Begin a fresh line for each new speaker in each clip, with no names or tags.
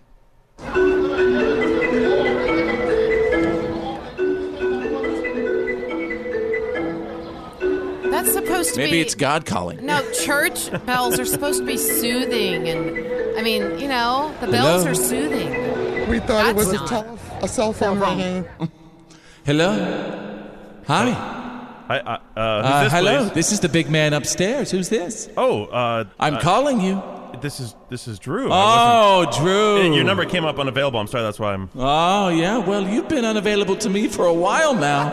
oh, That's supposed to be.
Maybe it's God calling.
No, church bells are supposed to be soothing, and I mean, you know, the bells
Hello?
are soothing.
We thought it was
That's
a,
not-
tele- a cell phone
wrong.
ringing.
Hello? Hi.
I, I, uh, who's
Uh,
this,
hello.
please?
This is the big man upstairs. Who's this?
Oh, uh,
I'm calling you.
this is this is Drew. I
Oh, Drew.
wasn't- your number came up unavailable. I'm sorry. That's why I'm.
Oh, yeah. Well, you've been unavailable to me for a while now.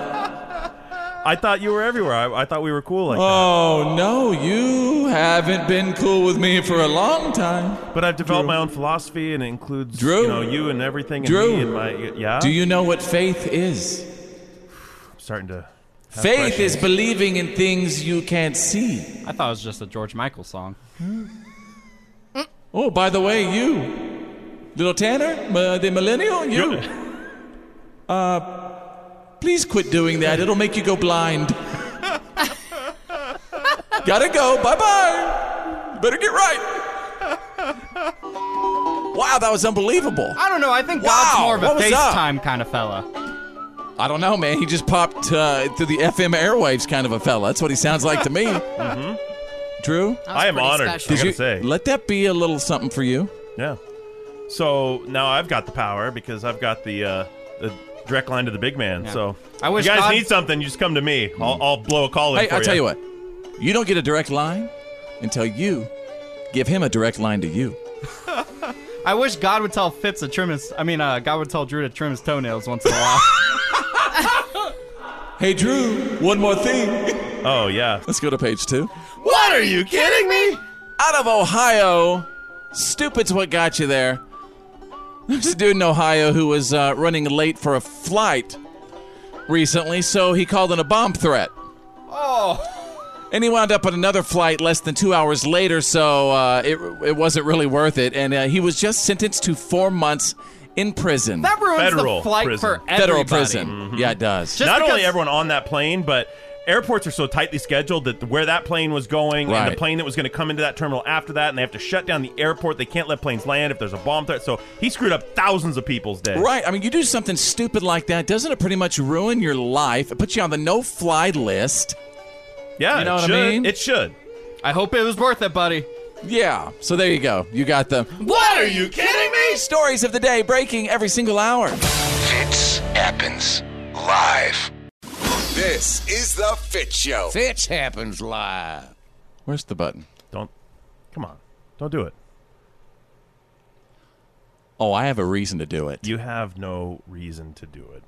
I thought you were everywhere. I, I thought we were cool like
Oh, no. You haven't been cool with me for a long time.
that. But I've developed my own philosophy, and it includes
Drew?
you know you and everything. And
Drew?
me and my yeah.
Do you know what faith is?
I'm starting to. have
Faith is
questions.
believing in things you can't see.
I thought it was just a George Michael song.
Oh, by the way, you, little Tanner, m- the millennial, you.
You're-
Uh, please quit doing that. It'll make you go blind. Gotta go. Bye bye. Better get right. Wow, that was unbelievable.
I don't know. I think
Wow,
God's more of
what
a
was up?
FaceTime kind of fella.
I don't know, man. He just popped uh, through the FM airwaves, kind of a fella. That's what he sounds like to me. mm-hmm. Drew,
That was
I am
pretty
honored.
special.
I gotta
you-
say.
let that be a little something for you.
Yeah. So now I've got the power because I've got the uh, the direct line to the big man. So
I wish
you guys
God-
need something, you just come to me. I'll, I'll blow a call in
Hey,
for
I'll tell you what. You don't get a direct line until you give him a direct line to you.
I wish God would tell Fitz to trim his. I mean, uh, God would tell Drew to trim his toenails once in a while.
Hey, Drew, one more thing.
Oh yeah.
Let's go to page two.
What are you kidding me?
Out of Ohio, stupid's what got you there. There's a dude in Ohio who was uh, running late for a flight recently, so he called in a bomb threat.
oh,
And he wound up on another flight less than two hours later, so uh, it, it wasn't really worth it. And uh, he was just sentenced to four months in prison.
that ruins
Federal
the flight
prison.
for everybody. Mm. Mm-hmm.
Federal prison. Yeah, it does.
Just
Not only
because-
everyone on that plane, but airports are so tightly scheduled that where that plane was going and
Right.
the plane that was going to come into that terminal after that, and they have to shut down the airport. They can't let planes land if there's a bomb threat. So he screwed up thousands of people's day.
Right. I mean, you do something stupid like that, doesn't it pretty much ruin your life? It puts you on the no fly list.
Yeah.
You know
it
what I
should.
mean?
It should.
I hope it was worth it, buddy.
Yeah. So there you go. You got the
What are you kidding me?
stories of the day breaking every single hour.
Fitz happens live.
This is the Fit Show.
Fitz happens live.
Where's the button?
Don't. Come on. Don't do it.
Oh, I have a reason to do it.
You have no reason to do it.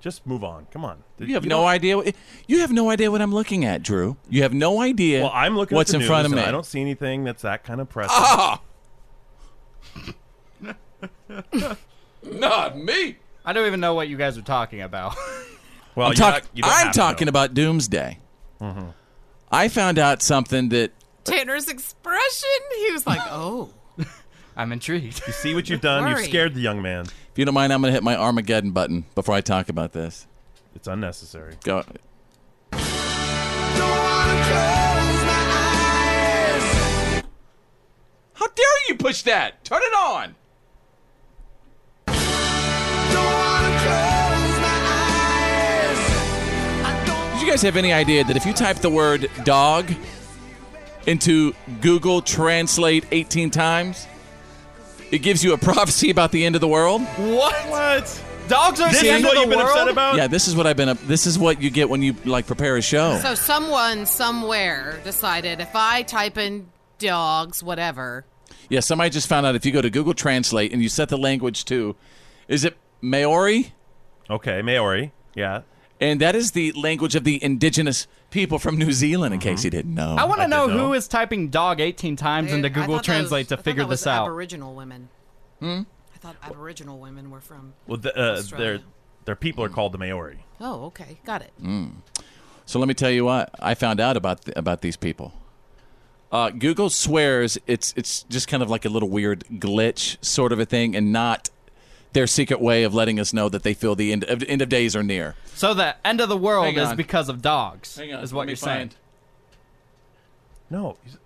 Just move on. Come on.
You have no idea. What, you have no idea what I'm looking at, Drew. You have no idea.
Well, I'm looking.
What's
at the
in front
news
of me?
and I don't see anything that's that kind of pressing.
Ah! Not me.
I don't even know what you guys are talking about.
well,
I'm,
you're
talk-
not- you don't
I'm
have to Mm-hmm.
talking
know.
about doomsday. I found out something that
Tanner's expression. He was like, "Oh,
I'm intrigued.
You see what you've done. You've
Sorry.
scared the young man.
If you don't mind, I'm going to hit my Armageddon button before I talk about this.
It's unnecessary.
Go. How dare you push that? Turn it on. Did you guys have any idea that if you type the word dog into Google Translate 18 times, it gives you a prophecy about the end of the world?
what?
What?
Dogs are
This
the
is
end
what
of
you've
the
been upset
world.
about.
Yeah, this is what I've been up. This is what you get when you like prepare a show.
so someone somewhere decided if I type in dogs, whatever."
Yeah, somebody just found out if you go to Google Translate and you set the language to Is it Maori?
Okay, Maori. Yeah.
And that is the language of the indigenous people from New Zealand, in case you didn't know.
I want to know,
didn't know.
who is typing dog 18 times into Google Translate to figure this out.
Aboriginal women.
Hmm?
I thought Aboriginal women were from.
Well, the, uh, their
Australia.
their people are called the Maori.
Oh, okay, got it.
Hmm? So let me tell you what I found out about th- about these people. Uh, Google swears it's it's just kind of like a little weird glitch sort of a thing, and not their secret way of letting us know that they feel the end of, end of days are near.
So the end of the world
Hang
is
on.
because of dogs. Is what you're saying?
No. he's-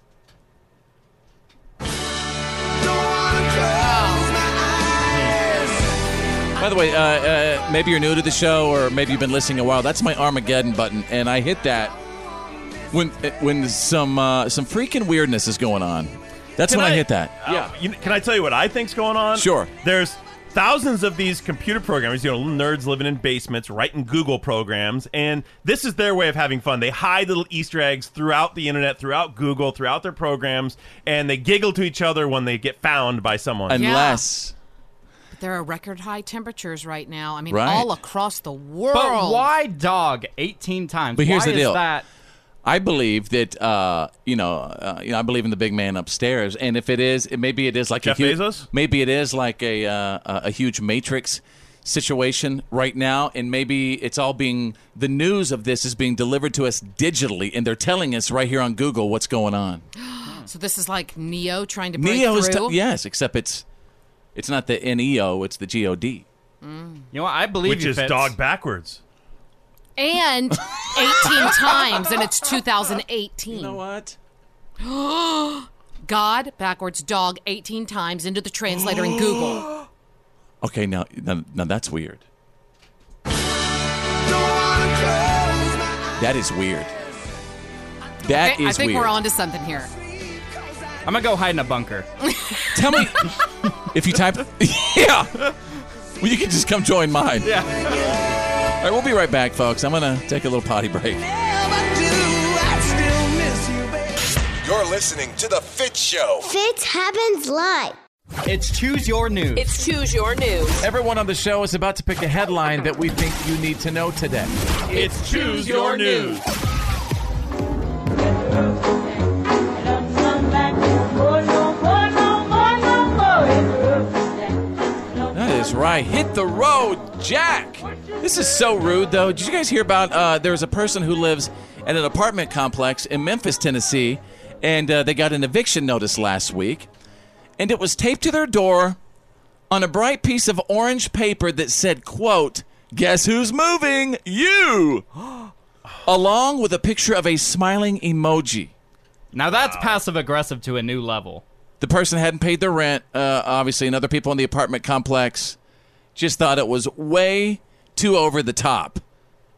By the way, uh, uh, maybe you're new to the show, or maybe you've been listening a while. That's my Armageddon button, and I hit that when uh, when some uh, some freaking weirdness is going on. That's when I, hit that.
Uh, you- can I tell you what I think's going on?
Sure.
There's thousands of these computer programmers, you know, little nerds living in basements, writing Google programs, and this is their way of having fun. They hide little Easter eggs throughout the internet, throughout Google, throughout their programs, and they giggle to each other when they get found by someone.
Unless
There are record high temperatures right now. I mean,
Right.
all across the world.
But why dog 18 times?
But here's
why
the deal.
Is that
I believe that uh, you know, uh, you know, I believe in the big man upstairs, and if it is, it, maybe it is like
Jeff
a huge,
Bezos?
maybe it is like a uh, a- a huge matrix situation right now, and maybe it's all being the news of this is being delivered to us digitally, and they're telling us right here on Google what's going on.
So this is like Neo trying to break
Neo is
through.
t- yes, except it's it's not the N E O, it's the G O D.
you know what? I believe
Which
you,
is
Fitz.
dog backwards.
And 18 times, and it's 2018.
what?
God backwards dog 18 times into the translator in Google.
Okay, now now, now that's weird. That is weird. That is
I think
weird.
we're onto something here.
I'm gonna go hide in a bunker.
Tell me if you type. yeah. Well, you can just come join mine. Yeah. All right, we'll be right back, folks. I'm gonna take a little potty break.
You're listening to The Fit Show.
Fits happens live.
It's choose your news.
It's Choose Your News.
Everyone on the show is about to pick a headline that we think you need to know today.
It's Choose Your News.
That is right. Hit the road, Jack. This is so rude, though. Did you guys hear about? Uh, there's a person who lives at an apartment complex in Memphis, Tennessee, and uh, they got an eviction notice last week, and it was taped to their door on a bright piece of orange paper that said, "quote Guess who's moving? You." Along with a picture of a smiling emoji.
now that's passive aggressive to a new level.
The person hadn't paid their rent, uh, obviously, and other people in the apartment complex just thought it was way too over the top.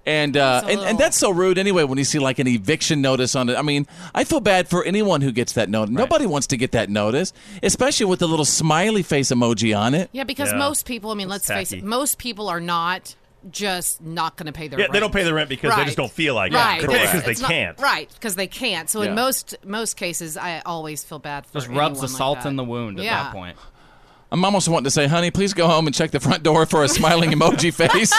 And, uh,
It's a
and and
little-
that's so rude anyway when you see like an eviction notice on it. I mean, I feel bad for anyone who gets that notice. Nobody wants to get that notice, especially with the little smiley face emoji on it.
Yeah, because
Yeah.
most people, I mean, let's face
tacky.
it, most people are not just not going to pay their
Yeah,
rent.
they don't pay the rent because they
Right.
just don't feel like
Right.
it. They pay
It's-
because they
it's not-
can't.
Right, because they can't. So
Yeah.
in most most cases, I always feel bad for
Just rubs the
anyone like
salt
that.
in the wound at
Yeah.
that point.
I'm almost wanting to say, honey, please go home and check the front door for a smiling emoji face.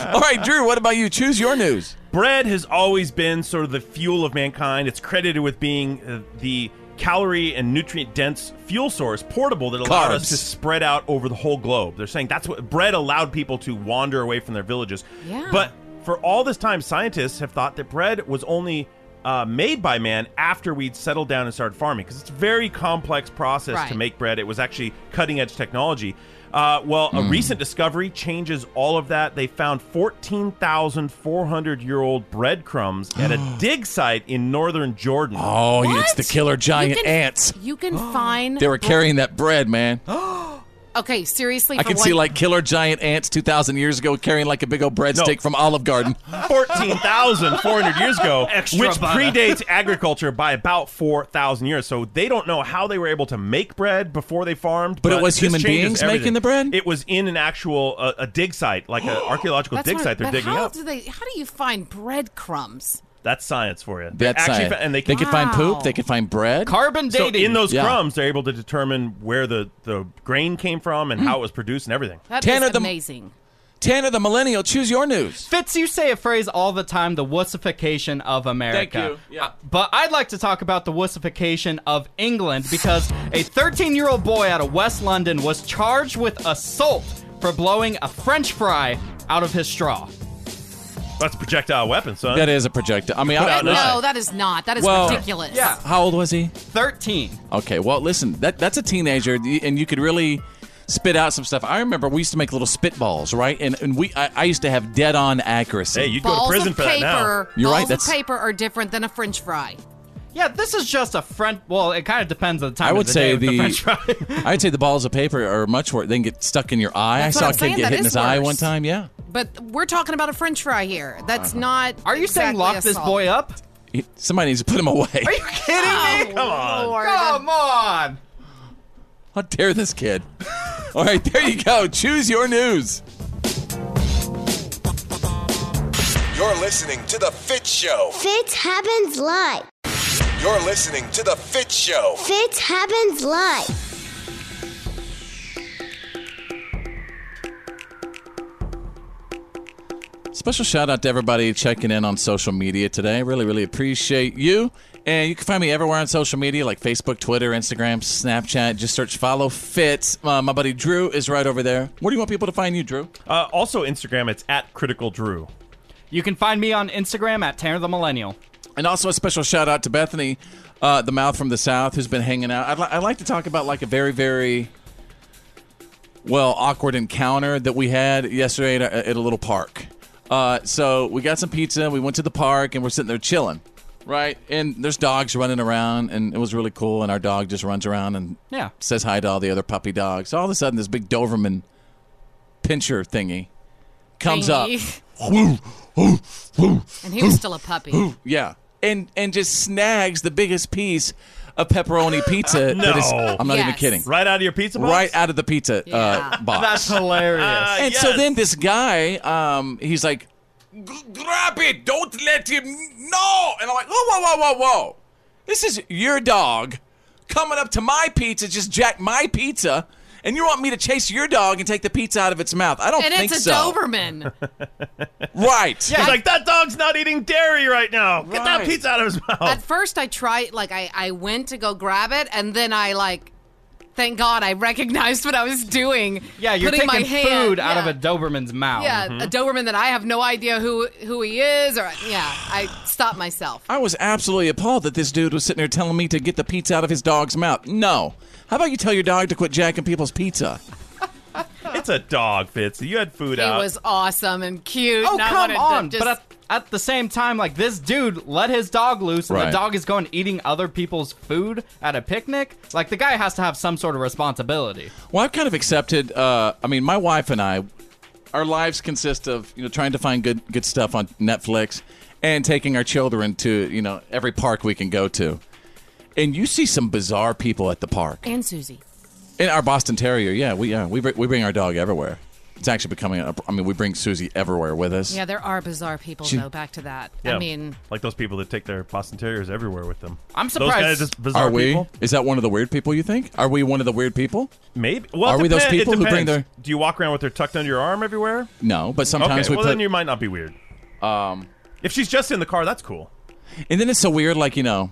All right, Drew, what about you? Choose your news.
bread has always been sort of the fuel of mankind. It's credited with being uh, the calorie and nutrient dense fuel source, portable, that allowed
Carbs.
us to spread out over the whole globe. They're saying that's what bread allowed people to wander away from their villages.
Yeah.
But for all this time, scientists have thought that bread was only. Uh, made by man after we'd settled down and started farming because it's a very complex process to
Right.
make bread. It was actually cutting edge technology. Uh, well,
Hmm.
a recent discovery changes all of that. They found 14,400 year old breadcrumbs at a dig site in northern Jordan.
Oh, it's
What?
the killer giant
you can,
ants.
You can find.
They were carrying that bread, man.
okay, seriously.
I
for
can
one,
see like killer giant ants 2,000 years ago carrying like a big old breadstick
No.
from Olive Garden.
14,400 years ago,
Extra
which
butter.
predates agriculture by about 4,000 years. So they don't know how they were able to make bread before they farmed.
But it was
this
human
changes
beings making
everything.
the bread?
It was in an actual uh, a dig site, like an archaeological
That's
dig
what-
site they're
but
digging
how
up.
Do they, how do you find breadcrumbs?
That's science for you. They
That's
actually
science.
fa- and they
they
can,
could find poop.
Wow.
They could find bread.
Carbon
so
dating.
in those
Yeah.
crumbs, they're able to determine where the, the grain came from and how it was produced and everything.
That
Tanner,
is
the-
amazing.
Tanner the millennial, choose your news.
Fitz, you say a phrase all the time, the wussification of America.
you. Yeah.
Uh, But I'd like to talk about the wussification of England because a 13 year old boy out of West London was charged with assault for blowing a french fry out of his straw.
That's a projectile weapon, son.
That is a projectile. I mean, I,
out
no,
Nice.
that is not. That is
Well-
ridiculous.
Yeah.
how old was he?
13.
Okay, well, listen, that that's a teenager, and you could really spit out some stuff. I remember we used to make little spitballs, right? And and we I, I used to have dead on accuracy.
Hey, you'd go to
Balls
prison
of
for
paper.
that now.
You're right,
balls
that's-
of paper are different than a French fry.
Yeah, this is just a French. Well, it kind of depends on the time
I
of
would
the
say
day with the
the-
french fry.
I'd say the balls of paper are much worse. They can get stuck in your eye.
That's
I saw
what
a
I'm
kid
saying,
get
that
hit in
is
his eye
worse.
one time. Yeah,
But we're talking about a French fry here. That's not.
Uh-huh. Are you saying
exactly
lock this
assault.
boy up?
He- somebody needs to put him away.
Are you kidding me?
Come on.
Lord.
Come on.
How dare this kid? All right, there you go. Choose your news.
You're listening to The Fit Show.
Fitz happens live.
You're listening to The Fit Show.
Fitz happens live.
Special shout out to everybody checking in on social media today. Really, really appreciate you. And you can find me everywhere on social media like Facebook, Twitter, Instagram, Snapchat. Just search follow Fitz. Uh, my buddy Drew is right over there. Where do you want people to find you, Drew?
Uh, also, Instagram, it's at Critical Drew.
You can find me on Instagram at Tanner the Millennial.
And also a special shout out to Bethany, uh, the mouth from the south, who's been hanging out. I'd, li- I'd like to talk about like a very, very well awkward encounter that we had yesterday at a, at a little park. Uh, so we got some pizza, we went to the park, and we're sitting there chilling, right? And there's dogs running around, and it was really cool. And our dog just runs around and
Yeah.
says hi to all the other puppy dogs. all of a sudden, this big Doberman pincher thingy comes up.
Thingy. And he was still a puppy.
Yeah. And and just snags the biggest piece of pepperoni pizza. that is-
No.
I'm not even
Yes.
kidding. Right,
Right out of your pizza box?
out of the pizza
Yeah.
uh, box.
That's hilarious.
Uh,
and so
yes.
then this guy, um, he's like, "G- grab it, don't let him, no. And I'm like, whoa, whoa, whoa, whoa, whoa. This is your dog coming up to my pizza, just jack my pizza. And you want me to chase your dog and take the pizza out of its mouth? I don't
And
think
it's a
so.
Doberman.
Right.
He's like, that dog's not eating dairy right now. Get that
Right.
pizza out of his mouth.
At first, I tried, like, I, I went to go grab it, and then I, like, thank God I recognized what I was doing.
yeah, you're
putting
taking
my hand,
food out of
yeah.
a Doberman's mouth.
Yeah,
Mm-hmm.
a Doberman that I have no idea who who he is, or yeah, I stopped myself.
I was absolutely appalled that this dude was sitting there telling me to get the pizza out of his dog's mouth. No. How about you tell your dog to quit jacking people's pizza?
it's a dog, Fitz. You had food
He
out.
was awesome and cute.
Oh,
and I
come
wanted to
on.
just-
But at, at the same time, like, this dude let his dog loose, and
Right.
the dog is going eating other people's food at a picnic. Like, the guy has to have some sort of responsibility.
Well, I've kind of accepted. Uh, I mean, my wife and I, our lives consist of you know trying to find good good stuff on Netflix, and taking our children to you know every park we can go to. And you see some bizarre people at the park.
and Susie.
In our Boston Terrier, yeah, we yeah, we br- we bring our dog everywhere. It's actually becoming. A, I mean, we bring Susie everywhere with us.
Yeah, there are bizarre people
She-
though. Back to that.
Yeah,
I mean,
like those people that take their Boston Terriers everywhere with them.
I'm
Those
surprised-
guys, just bizarre
Are we?
people.
Is that one of the weird people you think? Are we one of the weird people?
Maybe. Well, it
Are we those
depend- it
people who bring
depends.
their-
Do you walk around with her tucked under your arm everywhere?
No, but
Okay,
sometimes
well
we
then
put.
you might not be weird. Um, if she's just in the car, that's cool.
and then it's so weird, like you know,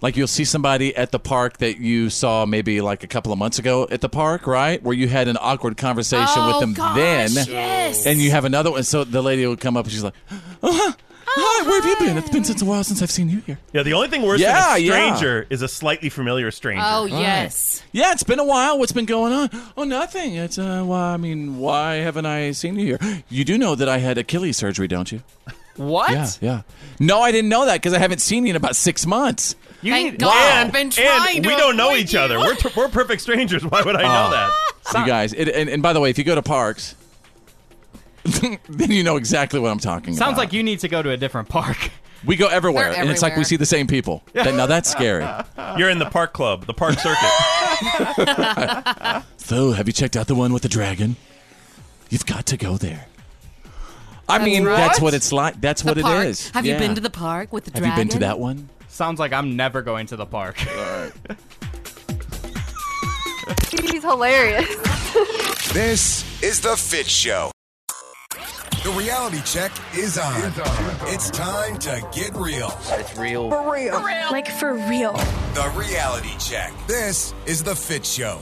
like you'll see somebody at the park that you saw maybe like a couple of months ago at the park, right? Where you had an awkward conversation with
Oh,
them
gosh,
then,
yes.
and you have another one. So the lady will come up and she's like, "Oh, hi, hi, where have you been? It's been since a while since I've seen you here."
Yeah, the only thing worse
Yeah,
than a
yeah.
stranger is a slightly familiar stranger.
oh yes,
Yeah, it's been a while. What's been going on? Oh, nothing. It's uh, well, I mean, why haven't I seen you here? You do know that I had Achilles surgery, don't you?
What?
Yeah, yeah. No, I didn't know that because I haven't seen you in about six months.
You
Thank
need-
God.
And,
I've been
and
trying to
we don't know
avoid
each
you.
other. We're, t- we're perfect strangers. Why would I
Oh.
know that?
you guys, it, and, and by the way, if you go to parks, then you know exactly what I'm talking about.
Sounds like you need to go to a different park.
we go everywhere,
They're
and it's like we
everywhere.
see the same people. That- now that's scary.
You're in the park club, the park circuit.
so, have you checked out the one with the dragon? You've got to go there. I mean,
right.
that's what it's like. That's
The
what
park.
it is.
Have you
Yeah.
been to the park with the
Have
dragon?
you been to that one?
Sounds like I'm never going to the park.
He's hilarious.
This is The Fit Show. The reality check is on. It's time to get real.
For real. Like for real.
The reality check. This is The Fit Show.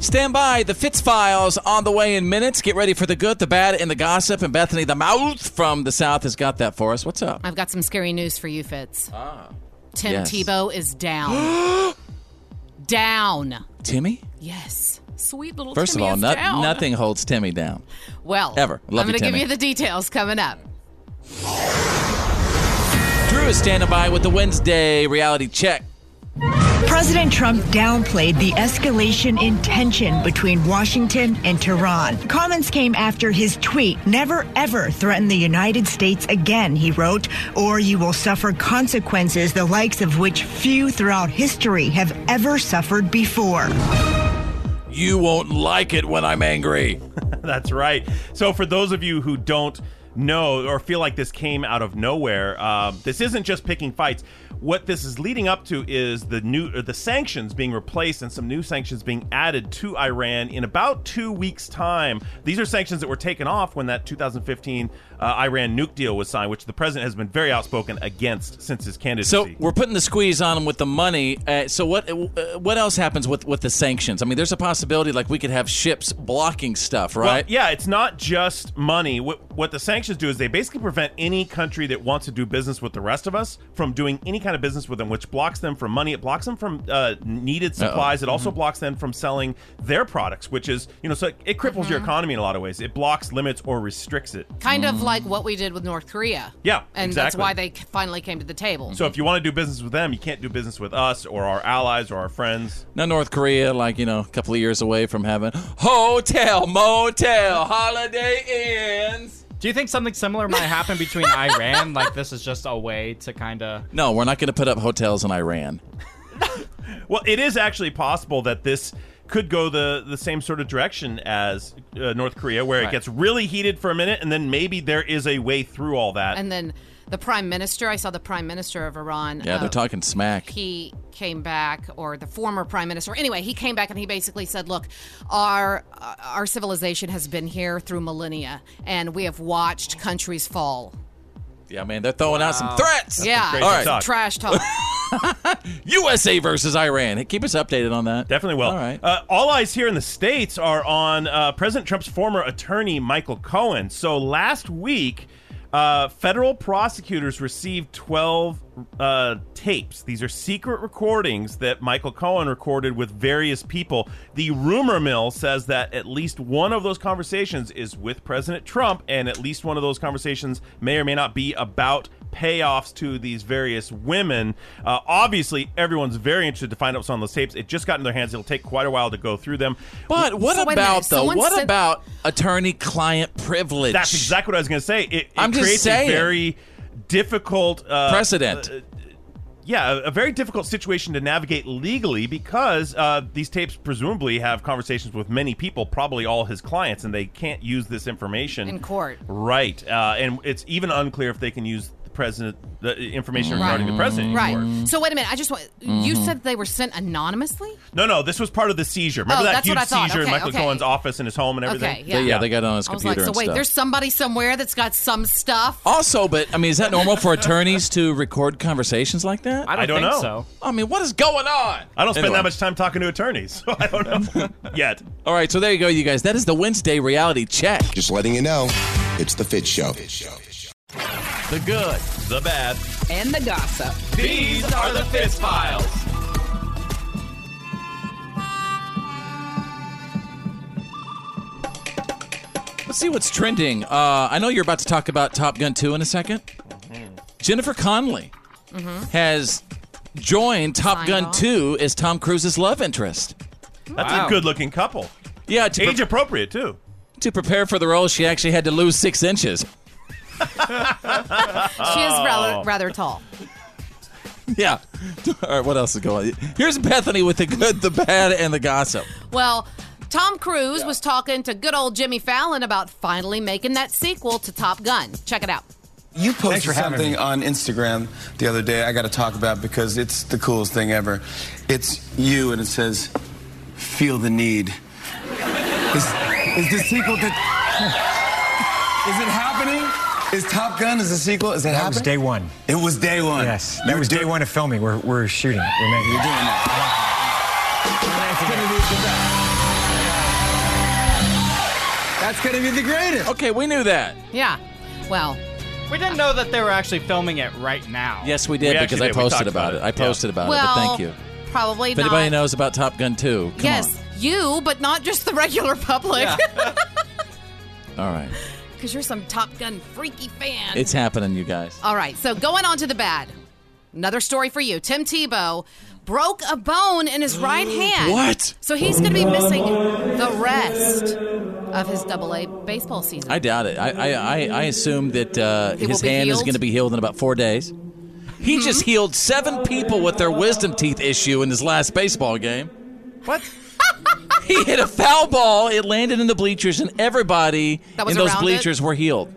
Stand by. The Fitz Files on the way in minutes. Get ready for the good, the bad, and the gossip. And Bethany, the mouth from the South, has got that for us. What's up?
I've got some scary news for you, Fitz. Ah. Tim
Yes.
Tebow is down. down.
Timmy?
Yes. Sweet little
First
Timmy
of all,
is
no-
down.
nothing holds Timmy down.
Well,
Ever. Love
I'm
you,
going to give
Timmy.
you the details coming up.
Drew is standing by with the Wednesday reality check.
President Trump downplayed the escalation in tension between Washington and Tehran. Comments came after his tweet, never ever threaten the United States again, he wrote, or you will suffer consequences the likes of which few throughout history have ever suffered before.
You won't like it when I'm angry.
That's right. So, for those of you who don't know or feel like this came out of nowhere, um, this isn't just picking fights. What this is leading up to is the new or the sanctions being replaced and some new sanctions being added to Iran in about two weeks' time. These are sanctions that were taken off when that 2015 uh, Iran nuke deal was signed, which the president has been very outspoken against since his candidacy.
So we're putting the squeeze on them with the money. Uh, so what? Uh, what else happens with with the sanctions? I mean, there's a possibility like we could have ships blocking stuff, right?
Well, yeah, it's not just money. What what the sanctions do is they basically prevent any country that wants to do business with the rest of us from doing any kind of business with them, which blocks them from money. It blocks them from uh, needed supplies. It also blocks them from selling their products, which is you know so it, it cripples your economy in a lot of ways. It blocks, limits, or restricts it.
Kind of like what we did with North Korea.
Yeah,
And that's
exactly.
why they c- finally came to the table.
So if you want to do business with them, you can't do business with us or our allies or our friends.
Now North Korea, like you know, a couple of years away from having hotel, motel, Holiday Inns.
Do you think something similar might happen between Iran? Like this is just a way to kind of
No, we're not going to put up hotels in Iran.
Well, it is actually possible that this could go the, the same sort of direction as uh, North Korea, where it
Right.
gets really heated for a minute, and then maybe there is a way through all that.
and then the prime minister, I saw the prime minister of Iran.
Yeah, they're
uh,
talking smack.
he came back or the former prime minister anyway he came back and he basically said look our uh, our civilization has been here through millennia and we have watched countries fall
Yeah, man, they're throwing out some threats.
yeah
crazy
All right.
talk.
trash talk
USA versus Iran. Hey, keep us updated on that.
Definitely will.
All right.
Uh, all eyes here in the States are on uh, President Trump's former attorney, Michael Cohen. So last week, uh, federal prosecutors received 12 uh, tapes. These are secret recordings that Michael Cohen recorded with various people. The rumor mill says that at least one of those conversations is with President Trump, and at least one of those conversations may or may not be about payoffs to these various women. Uh, obviously, everyone's very interested to find out what's on those tapes. It just got in their hands. It'll take quite a while to go through them.
but what
So wait a minute,
about though?
someone
What
sent-
about attorney-client privilege?
That's exactly what I was going to say. It, it
I'm just
creates
saying.
a very difficult uh,
Precedent.
yeah, a, a very difficult situation to navigate legally because uh, these tapes presumably have conversations with many people, probably all his clients, and they can't use this information
In court.
Right, uh, and it's even unclear if they can use the president the information regarding the president. in court.
right so wait a minute i just want you
Mm-hmm.
said they were sent anonymously
No, no, this was part of the seizure. Remember
Oh,
that
that's
huge
what I thought.
seizure in
Okay,
Michael
okay.
Cohen's office and his home and everything?
okay
Yeah,
yeah,
they got it on his
I was
computer
like, so
and
wait,
stuff. Oh.
there's somebody somewhere that's got some stuff.
Also, but I mean, is that normal for attorneys to record conversations like that?
I don't,
I don't
think
know.
so.
I mean, what is going on?
I don't spend
Anyway.
that much time talking to attorneys, so I don't know yet.
All right, so there you go, you guys. That is the Wednesday reality check.
Just letting you know, it's The Fit Show.
The good.
The bad.
And the gossip.
These are the Fist Files.
Let's see what's trending. Uh, I know you're about to talk about Top Gun 2 in a 2nd
Mm-hmm.
Jennifer Connelly has joined Top
Signed
Gun
on.
2 as Tom Cruise's love interest.
That's
Wow.
a good looking couple.
Yeah, to, pre-
Age appropriate, too.
to prepare for the role, she actually had to lose six inches.
She is rather, rather tall.
Yeah. All right, what else is going on? Here's Bethany with the good, the bad, and the gossip.
Well, Tom Cruise was talking to good old Jimmy Fallon about finally making that sequel to Top Gun. Check it out.
You posted something on Instagram the other day I got to talk about because it's the coolest thing ever. It's you and it says, Feel the Need. Is, is the sequel to. Is it happening? Is Top Gun is the sequel? Is it
That was
happening?
day one.
It was day one.
Yes, that was day one of filming. We're, we're shooting. We're making. You're doing
That's gonna be the greatest.
Okay, we knew that.
Yeah. Well,
We didn't know that they were actually filming it right now.
Yes, we did
We actually
because I
did. We
posted
talked
about,
about
it.
it.
I posted about
well,
it. Uh, But thank you.
Probably
If
not.
anybody knows about Top Gun 2, come
yes, you, but not just the regular public.
on. All right,
Because you're some Top Gun freaky fan.
it's happening, you guys.
All right, so going on to the bad. Another story for you. Tim Tebow broke a bone in his right hand.
What?
So he's going to be missing the rest of his double A baseball season.
I doubt it. I I, I, I assume that uh,
It will
his
be
hand is
healed? Mm-hmm.
going to be healed in about four days. He just healed seven people with their wisdom teeth issue in his last baseball game.
What?
He hit a foul ball. It landed in the bleachers, and everybody
That was
in those
around it?
bleachers were healed.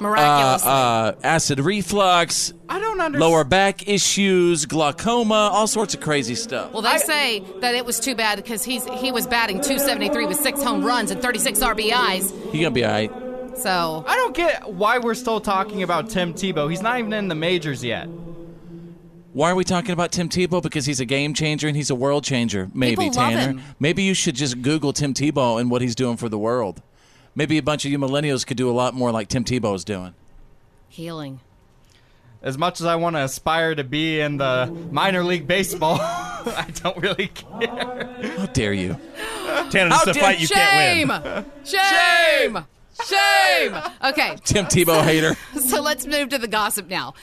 Miraculous.
Uh, uh, acid reflux.
I don't understand.
Lower back issues, glaucoma, all sorts of crazy stuff.
well, they say that it was too bad because he's he was batting 273 with six home runs and 36 RBIs.
He gonna be all right.
So
I don't get why we're still talking about Tim Tebow. He's not even in the majors yet.
Why are we talking about Tim Tebow? Because he's a game changer and he's a world changer. Maybe
People love
Tanner.
him.
Maybe you should just Google Tim Tebow and what he's doing for the world. Maybe a bunch of you millennials could do a lot more like Tim Tebow is doing.
healing.
As much as I want to aspire to be in the minor league baseball, I don't really care.
How dare you?
Tanner, this is a fight you
Shame!
can't win.
Shame! Shame! Okay.
Tim Tebow hater.
So let's move to the gossip now.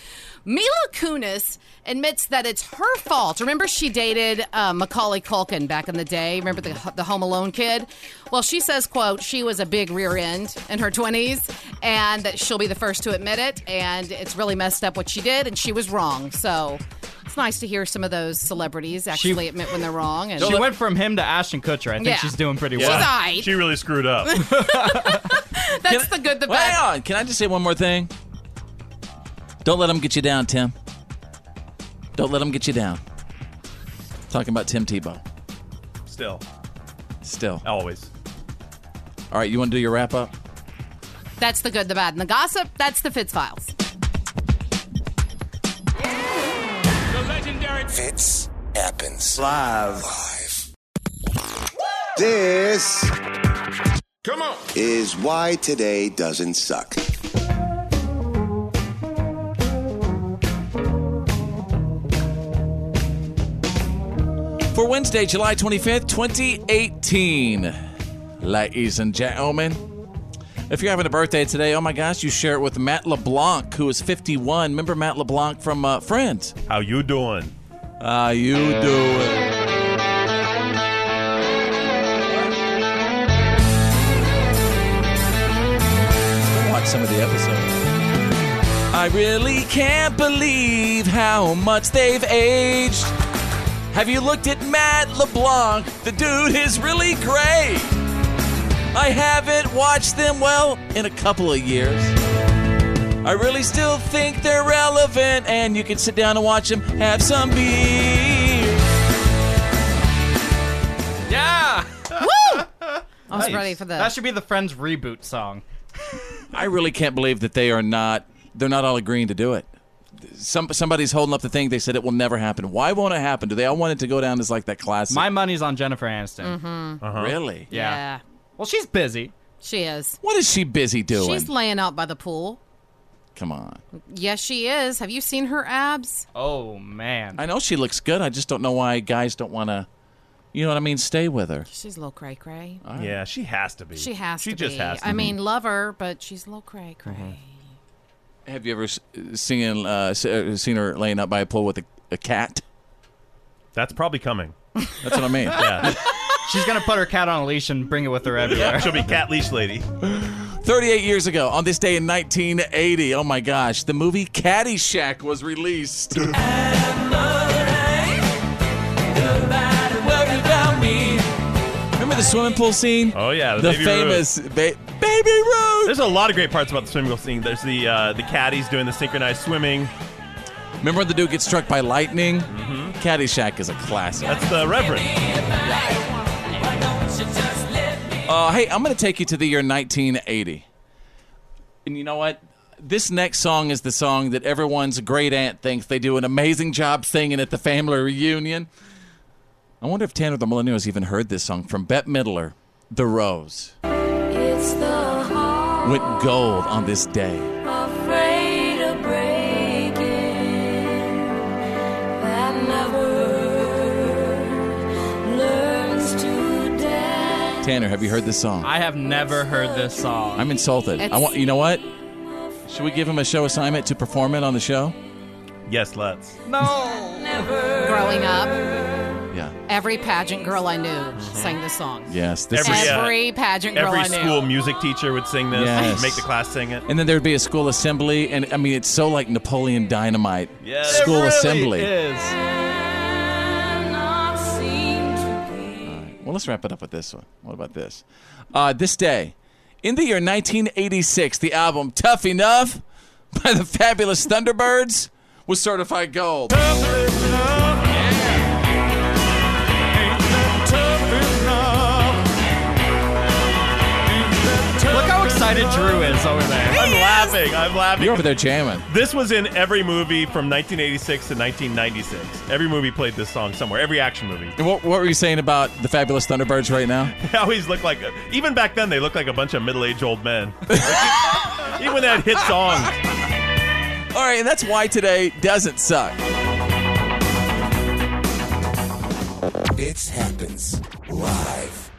Mila Kunis admits that it's her fault. Remember, she dated uh, Macaulay Culkin back in the day. Remember the the Home Alone kid? Well, she says, "quote She was a big rear end in her twenties, and that she'll be the first to admit it. And it's really messed up what she did, and she was wrong. So it's nice to hear some of those celebrities actually admit when they're wrong. And
She went from him to Ashton Kutcher. I think
Yeah.
she's doing pretty
She's
well.
all right. She
really screwed up.
That's the good, the
Well,
bad.
hang on. Can I just say one more thing? Don't let them get you down, Tim. Don't let them get you down. Talking about Tim Tebow.
Still.
Still.
Always.
All right, you want to do your wrap up?
That's the good, the bad, and the gossip. That's the Fitz Files.
The legendary Fitz happens live. Live.
This Come on. is why today doesn't suck.
For Wednesday, July 25th, 2018, ladies and gentlemen. If you're having a birthday today, oh my gosh, you share it with Matt LeBlanc, who is 51. Remember Matt LeBlanc from uh, Friends?
How you doing?
How you doing? Watch some of the episodes. I really can't believe how much they've aged. Have you looked at Matt LeBlanc? The dude is really great. I haven't watched them well in a couple of years. I really still think they're relevant, and you can sit down and watch them have some beer.
Yeah.
Woo! I was
Nice.
ready for the.
That should be the Friends reboot song.
I really can't believe that they are not they're not all agreeing to do it. Some somebody's holding up the thing. They said it will never happen. Why won't it happen? Do they all want it to go down as like that classic?
My money's on Jennifer Aniston.
Mhm.
Really?
Yeah.
yeah.
Well, she's busy.
She is.
What is she busy doing?
She's laying out by the pool.
Come on.
Yes, she is. Have you seen her abs?
Oh man.
I know she looks good. I just don't know why guys don't want to. You know what I mean? Stay with her.
She's a little cray cray.
All right.
Yeah, she has to be.
She has
She
to
just
be.
has to
I
be.
mean, love her, but she's a little cray cray.
Mm-hmm. Have you ever s- seen uh, s- uh, seen her laying up by a pool with a, a cat?
That's probably coming.
That's what I mean.
Yeah.
She's gonna put her cat on a leash and bring it with her everywhere.
She'll be cat leash lady.
38 years ago, on this day in 1980, oh my gosh, the movie Caddyshack was released. Remember the swimming pool scene?
Oh yeah,
The
Baby
famous ba-
baby Ruth. There's a lot of great parts about the swimming pool scene. There's the uh, the caddies doing the synchronized swimming.
Remember when the dude gets struck by lightning? Mm-hmm. Caddyshack is a classic.
That's the Reverend.
Uh, hey, I'm going to take you to the year 1980. And you know what? This next song is the song that everyone's great aunt thinks they do an amazing job singing at the family reunion. I wonder if Tanner the Millennial has even heard this song from Bette Midler, The Rose.
It's the heart
Went gold on this day.
afraid of breaking that never learns to dance.
Tanner, have you heard this song?
I have never heard this song.
I'm insulted. I
It's-
want you know what? Should we give him a show assignment to perform it on the show?
Yes, let's.
No.
Growing up,
Yeah.
every pageant girl I knew sang this song.
Yes. This
Every,
is
uh,
Every pageant girl
every
I knew.
school music teacher would sing this.
Yes.
Make the class sing it.
And then there'd be a school assembly, and I mean, it's so like Napoleon Dynamite.
Yes.
School
It really
assembly.
I've seen
Well, let's wrap it up with this one. What about this? Uh, this day, in the year 1986, the album Tough Enough by the fabulous Thunderbirds was certified gold.
Look how excited Drew is over there.
I'm laughing. I'm laughing.
You're over there jamming.
This was in every movie from 1986 to 1996. Every movie played this song somewhere. Every action movie.
And what, what were you saying about the fabulous Thunderbirds right now?
They always look like, even back then, they looked like a bunch of middle-aged old men. Like, even when they had hit songs.
All right, and that's why today doesn't suck.
It happens live.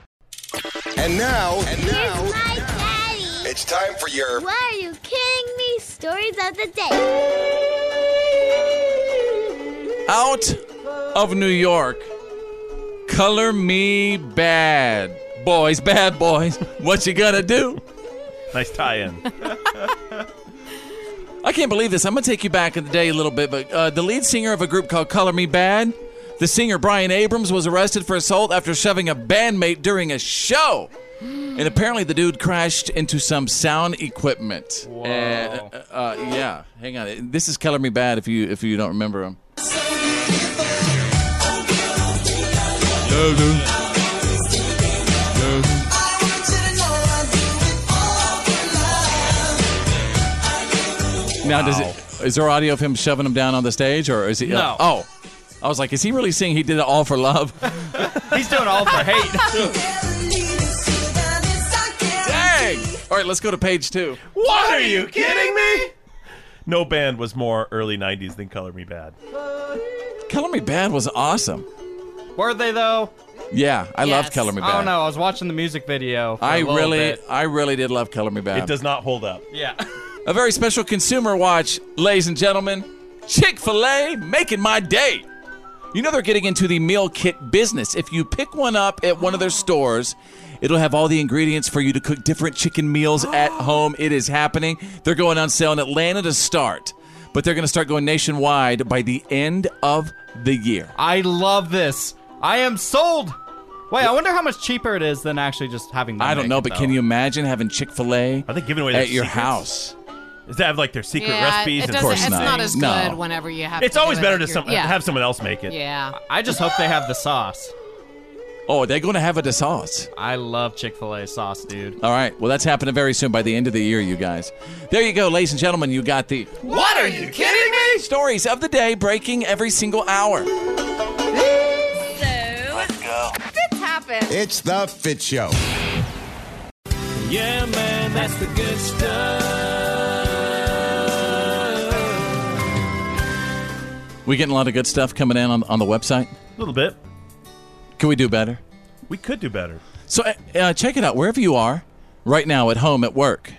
And now,
and now,
My daddy.
it's time for your
Why are you kidding me? Stories of the day.
Out of New York, color me bad. Boys, bad boys, what you gonna do?
Nice tie-in.
I can't believe this. I'm gonna take you back in the day a little bit, but uh, the lead singer of a group called Color Me Bad, the singer Brian Abrams, was arrested for assault after shoving a bandmate during a show. And apparently, the dude crashed into some sound equipment. And, uh, uh, yeah, hang on. This is Color Me Bad. If you if you don't remember him. Now, does it is there audio of him shoving him down on the stage, or is he?
No.
oh, I was like, is he really saying he did it all for love?
He's doing all for hate.
Dang! All right, let's go to page two.
What are you kidding me? No band was more early 90s than Color Me Bad.
Color Me Bad was awesome.
Were they though?
Yeah, I love Color Me Bad.
I don't know. I was watching the music video. for a
I
little
really,
bit.
I really did love Color Me Bad.
It does not hold up.
Yeah.
A very special consumer watch, ladies and gentlemen. Chick fil A making my day. You know they're getting into the meal kit business. If you pick one up at one of their stores, it'll have all the ingredients for you to cook different chicken meals at home. It is happening. They're going on sale in Atlanta to start, but they're going to start going nationwide by the end of the year.
I love this. I am sold. Wait, I wonder how much cheaper it is than actually just having. Them
I don't
make
know,
it,
but
though.
can you imagine having Chick fil A
Are they giving away their
at your
secrets?
house?
Does that have like their secret
yeah,
recipes?
It
and
doesn't,
course
it's
not.
not, as good
No.
whenever you have.
It's
to do
always
it
better
at
to
your-
some,
Yeah.
have someone else make it.
yeah.
I just hope they have the sauce.
Oh, they're going to have it as sauce.
I love Chick Fil A sauce, dude.
All right. Well, that's happening very soon by the end of the year, you guys. There you go, ladies and gentlemen. You got the
What are you kidding me?
stories of the day breaking every single hour.
Let's go. This happened.
It's the Fit Show.
Yeah, man, that's the good stuff. We getting a lot of good stuff coming in on, on the website.
A little bit.
Can we do better?
We could do better.
So uh, uh, check it out wherever you are right now at home, at work,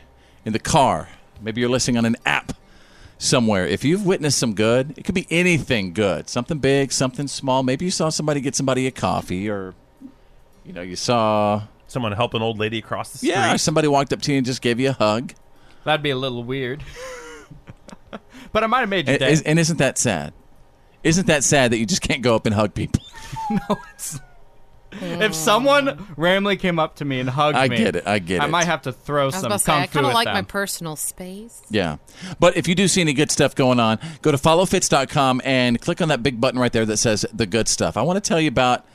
in the car. Maybe you're listening on an app somewhere. If you've witnessed some good, it could be anything good, something big, something small. Maybe you saw somebody get somebody a coffee, or you know, you saw
Someone help an old lady across the street.
yeah, somebody walked up to you and just gave you a hug.
That'd be a little weird. but I might have made your
And,
day.
is- and isn't that sad? Isn't that sad that you just can't go up and hug people?
no, it's If someone randomly came up to me and hugged
I
me,
get it, I get
I
it.
might have to throw
I was
some
about to
kung
say, I
fu
kind of
at
like
them.
my personal space.
Yeah. But if you do see any good stuff going on, go to followfits.com and click on that big button right there that says the good stuff. I want to tell you about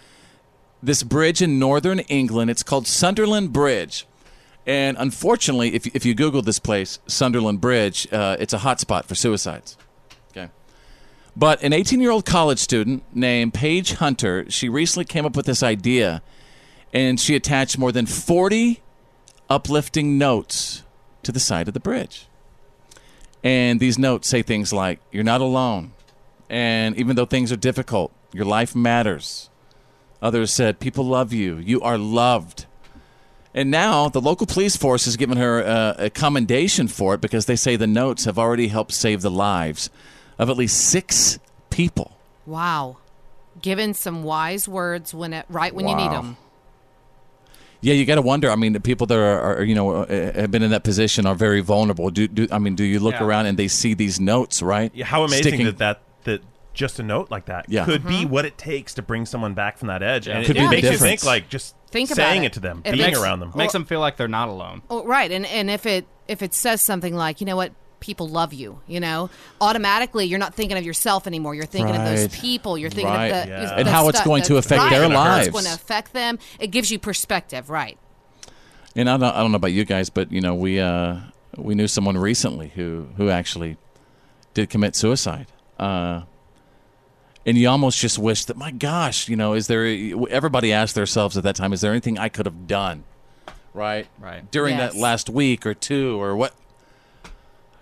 this bridge in northern England. It's called Sunderland Bridge. And unfortunately, if, if you Google this place, Sunderland Bridge, uh, it's a hotspot for suicides. Okay. But an 18 year old college student named Paige Hunter, she recently came up with this idea and she attached more than 40 uplifting notes to the side of the bridge. And these notes say things like, You're not alone. And even though things are difficult, your life matters. Others said, People love you. You are loved. And now the local police force has given her uh, a commendation for it because they say the notes have already helped save the lives of at least six people.
Wow. Given some wise words when it, right when you need
Wow.
them.
Yeah, you got to wonder. I mean, the people that are, are you know uh, have been in that position are very vulnerable. Do, do I mean? Do you look
Yeah.
around and they see these notes, right?
Yeah, how amazing
Sticking-
that that that just a note like that
Yeah.
could
Mm-hmm.
be what it takes to bring someone back from that edge, and
Could
it,
be the
makes you think
difference.
like just
Think about
saying
it.
it. to them,
It
being
makes-
around them,
makes
them feel like they're not alone.
Oh, right. And and if it if it says something like, you know what, people love you, you know, automatically you're not thinking of yourself anymore. You're thinking of
Right.
those people. You're thinking
Right.
of the,
Yeah.
the
And how it's
stuff
going to
that's-
affect
right,
their
How it's
lives.
going to affect them. It gives you perspective, right?
And I don't, I don't know about you guys, but you know we uh, we knew someone recently who who actually did commit suicide. Uh, and you almost just wish that my gosh, you know, is there? Everybody asked themselves at that time, is there anything I could have done, right? Right. During that
Yes.
last week or two or what?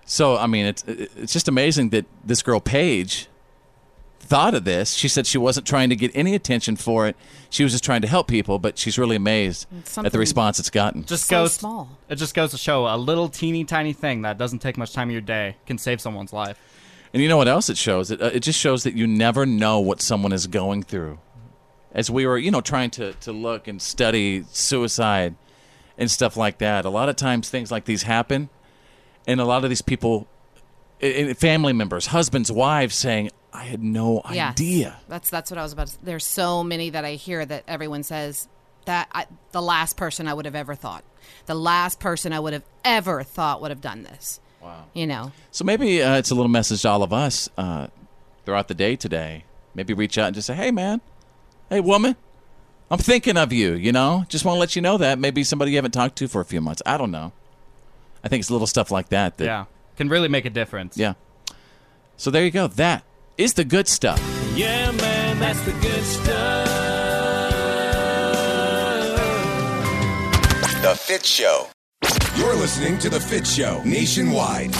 So I mean, it's it's just amazing that this girl Paige thought of this. She said she wasn't trying to get any attention for it. She was just trying to help people, but she's really amazed
It's
at the
something-
response it's gotten.
Just goes small. It just goes to show a little teeny tiny thing that doesn't take much time of your day can save someone's life.
And you know what else it shows? It, uh, it just shows that you never know what someone is going through. As we were, you know, trying to, to look and study suicide and stuff like that, a lot of times things like these happen. And a lot of these people, i i- family members, husbands, wives saying, I had no
Yes.
idea.
That's that's what I was about. To, s- there's so many that I hear that everyone says that I, the last person I would have ever thought, the last person I would have ever thought would have done this. Wow. You know.
So maybe uh, it's a little message to all of us uh, throughout the day today. Maybe reach out and just say, "Hey, man, hey, woman, I'm thinking of you." You know, just want to let you know that maybe somebody you haven't talked to for a few months. I don't know. I think it's little stuff like that. that
Yeah. Can really make a difference.
yeah. So there you go. That is the good stuff.
Yeah, man, that's the good stuff.
The Fit Show. You're listening to The Fit Show nationwide.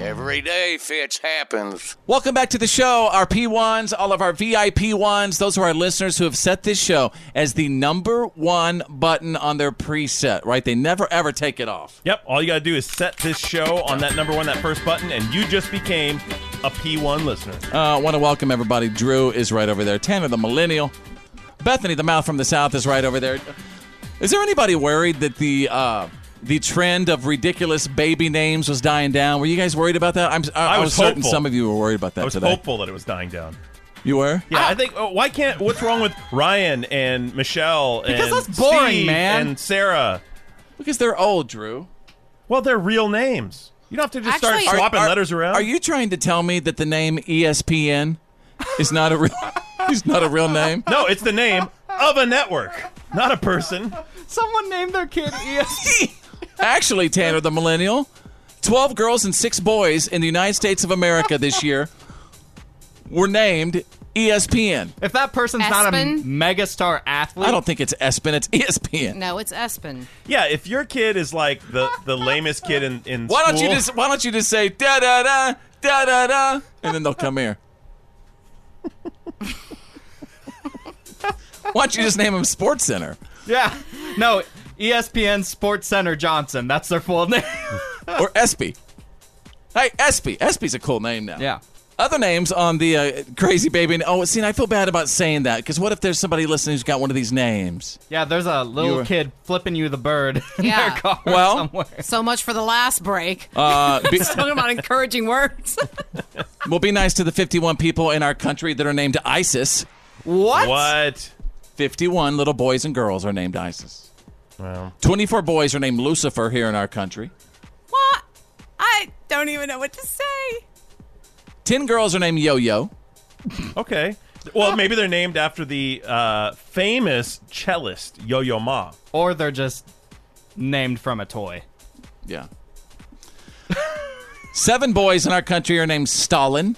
Every day, Fitz happens.
Welcome back to the show. Our P1s, all of our VIP ones, those are our listeners who have set this show as the number one button on their preset, right? They never ever take it off.
Yep, all you got to do is set this show on that number one, that first button, and you just became a P1 listener.
Uh, want to welcome everybody. Drew is right over there. Tanner, the millennial. Bethany, the mouth from the south, is right over there. Is there anybody worried that the uh, the trend of ridiculous baby names was dying down? Were you guys worried about that? I'm, I,
I
I was,
was
certain
hopeful.
some of you were worried about that
I was
today. Ah.
hopeful that it was dying down.
You were?
Yeah, I think. Oh, why can't? What's wrong with Ryan and Michelle?
Because
and
that's boring,
Steve
man.
And Sarah.
Because they're old, Drew.
Well, they're real names. You don't have to just start swapping
Are- are-
letters around.
Are you trying to tell me that the name E ESPN is not a real is not a real name?
No, it's the name of a network, not a person.
Someone named their kid E ESP.
Actually, Tanner the Millennial, 12 girls and 6 boys in the United States of America this year were named E ESPN.
If that person's not a
Espen?
megastar athlete,
I don't think it's ESPN, it's E ESPN.
No, it's Espen.
Yeah, if your kid is like the the lamest kid in in
Why don't you
school-
just why don't you just say da da da da da da and then they'll come here. Why don't you just name him Sports Center?
Yeah. No, E ESPN Sports Center Johnson. That's their full name.
or Espy. Hey, Espy. Espy's a cool name now.
Yeah.
Other names on the uh, crazy baby. Oh, see, and I feel bad about saying that because what if there's somebody listening who's got one of these names?
Yeah, there's a little
You were-
kid flipping you the bird in
Yeah.
their car
Well-
somewhere.
So much for the last break.
Uh, be-
Just talking about encouraging words.
We'll be nice to the 51 people in our country that are named ISIS.
What?
What?
51 little boys and girls are named Isis. Wow. 24 boys are named Lucifer here in our country.
What? I don't even know what to say.
10 girls are named Yo Yo.
Okay. Well, maybe they're named after the uh, famous cellist Yo Yo Ma.
Or they're just named from a toy.
Yeah. Seven boys in our country are named Stalin.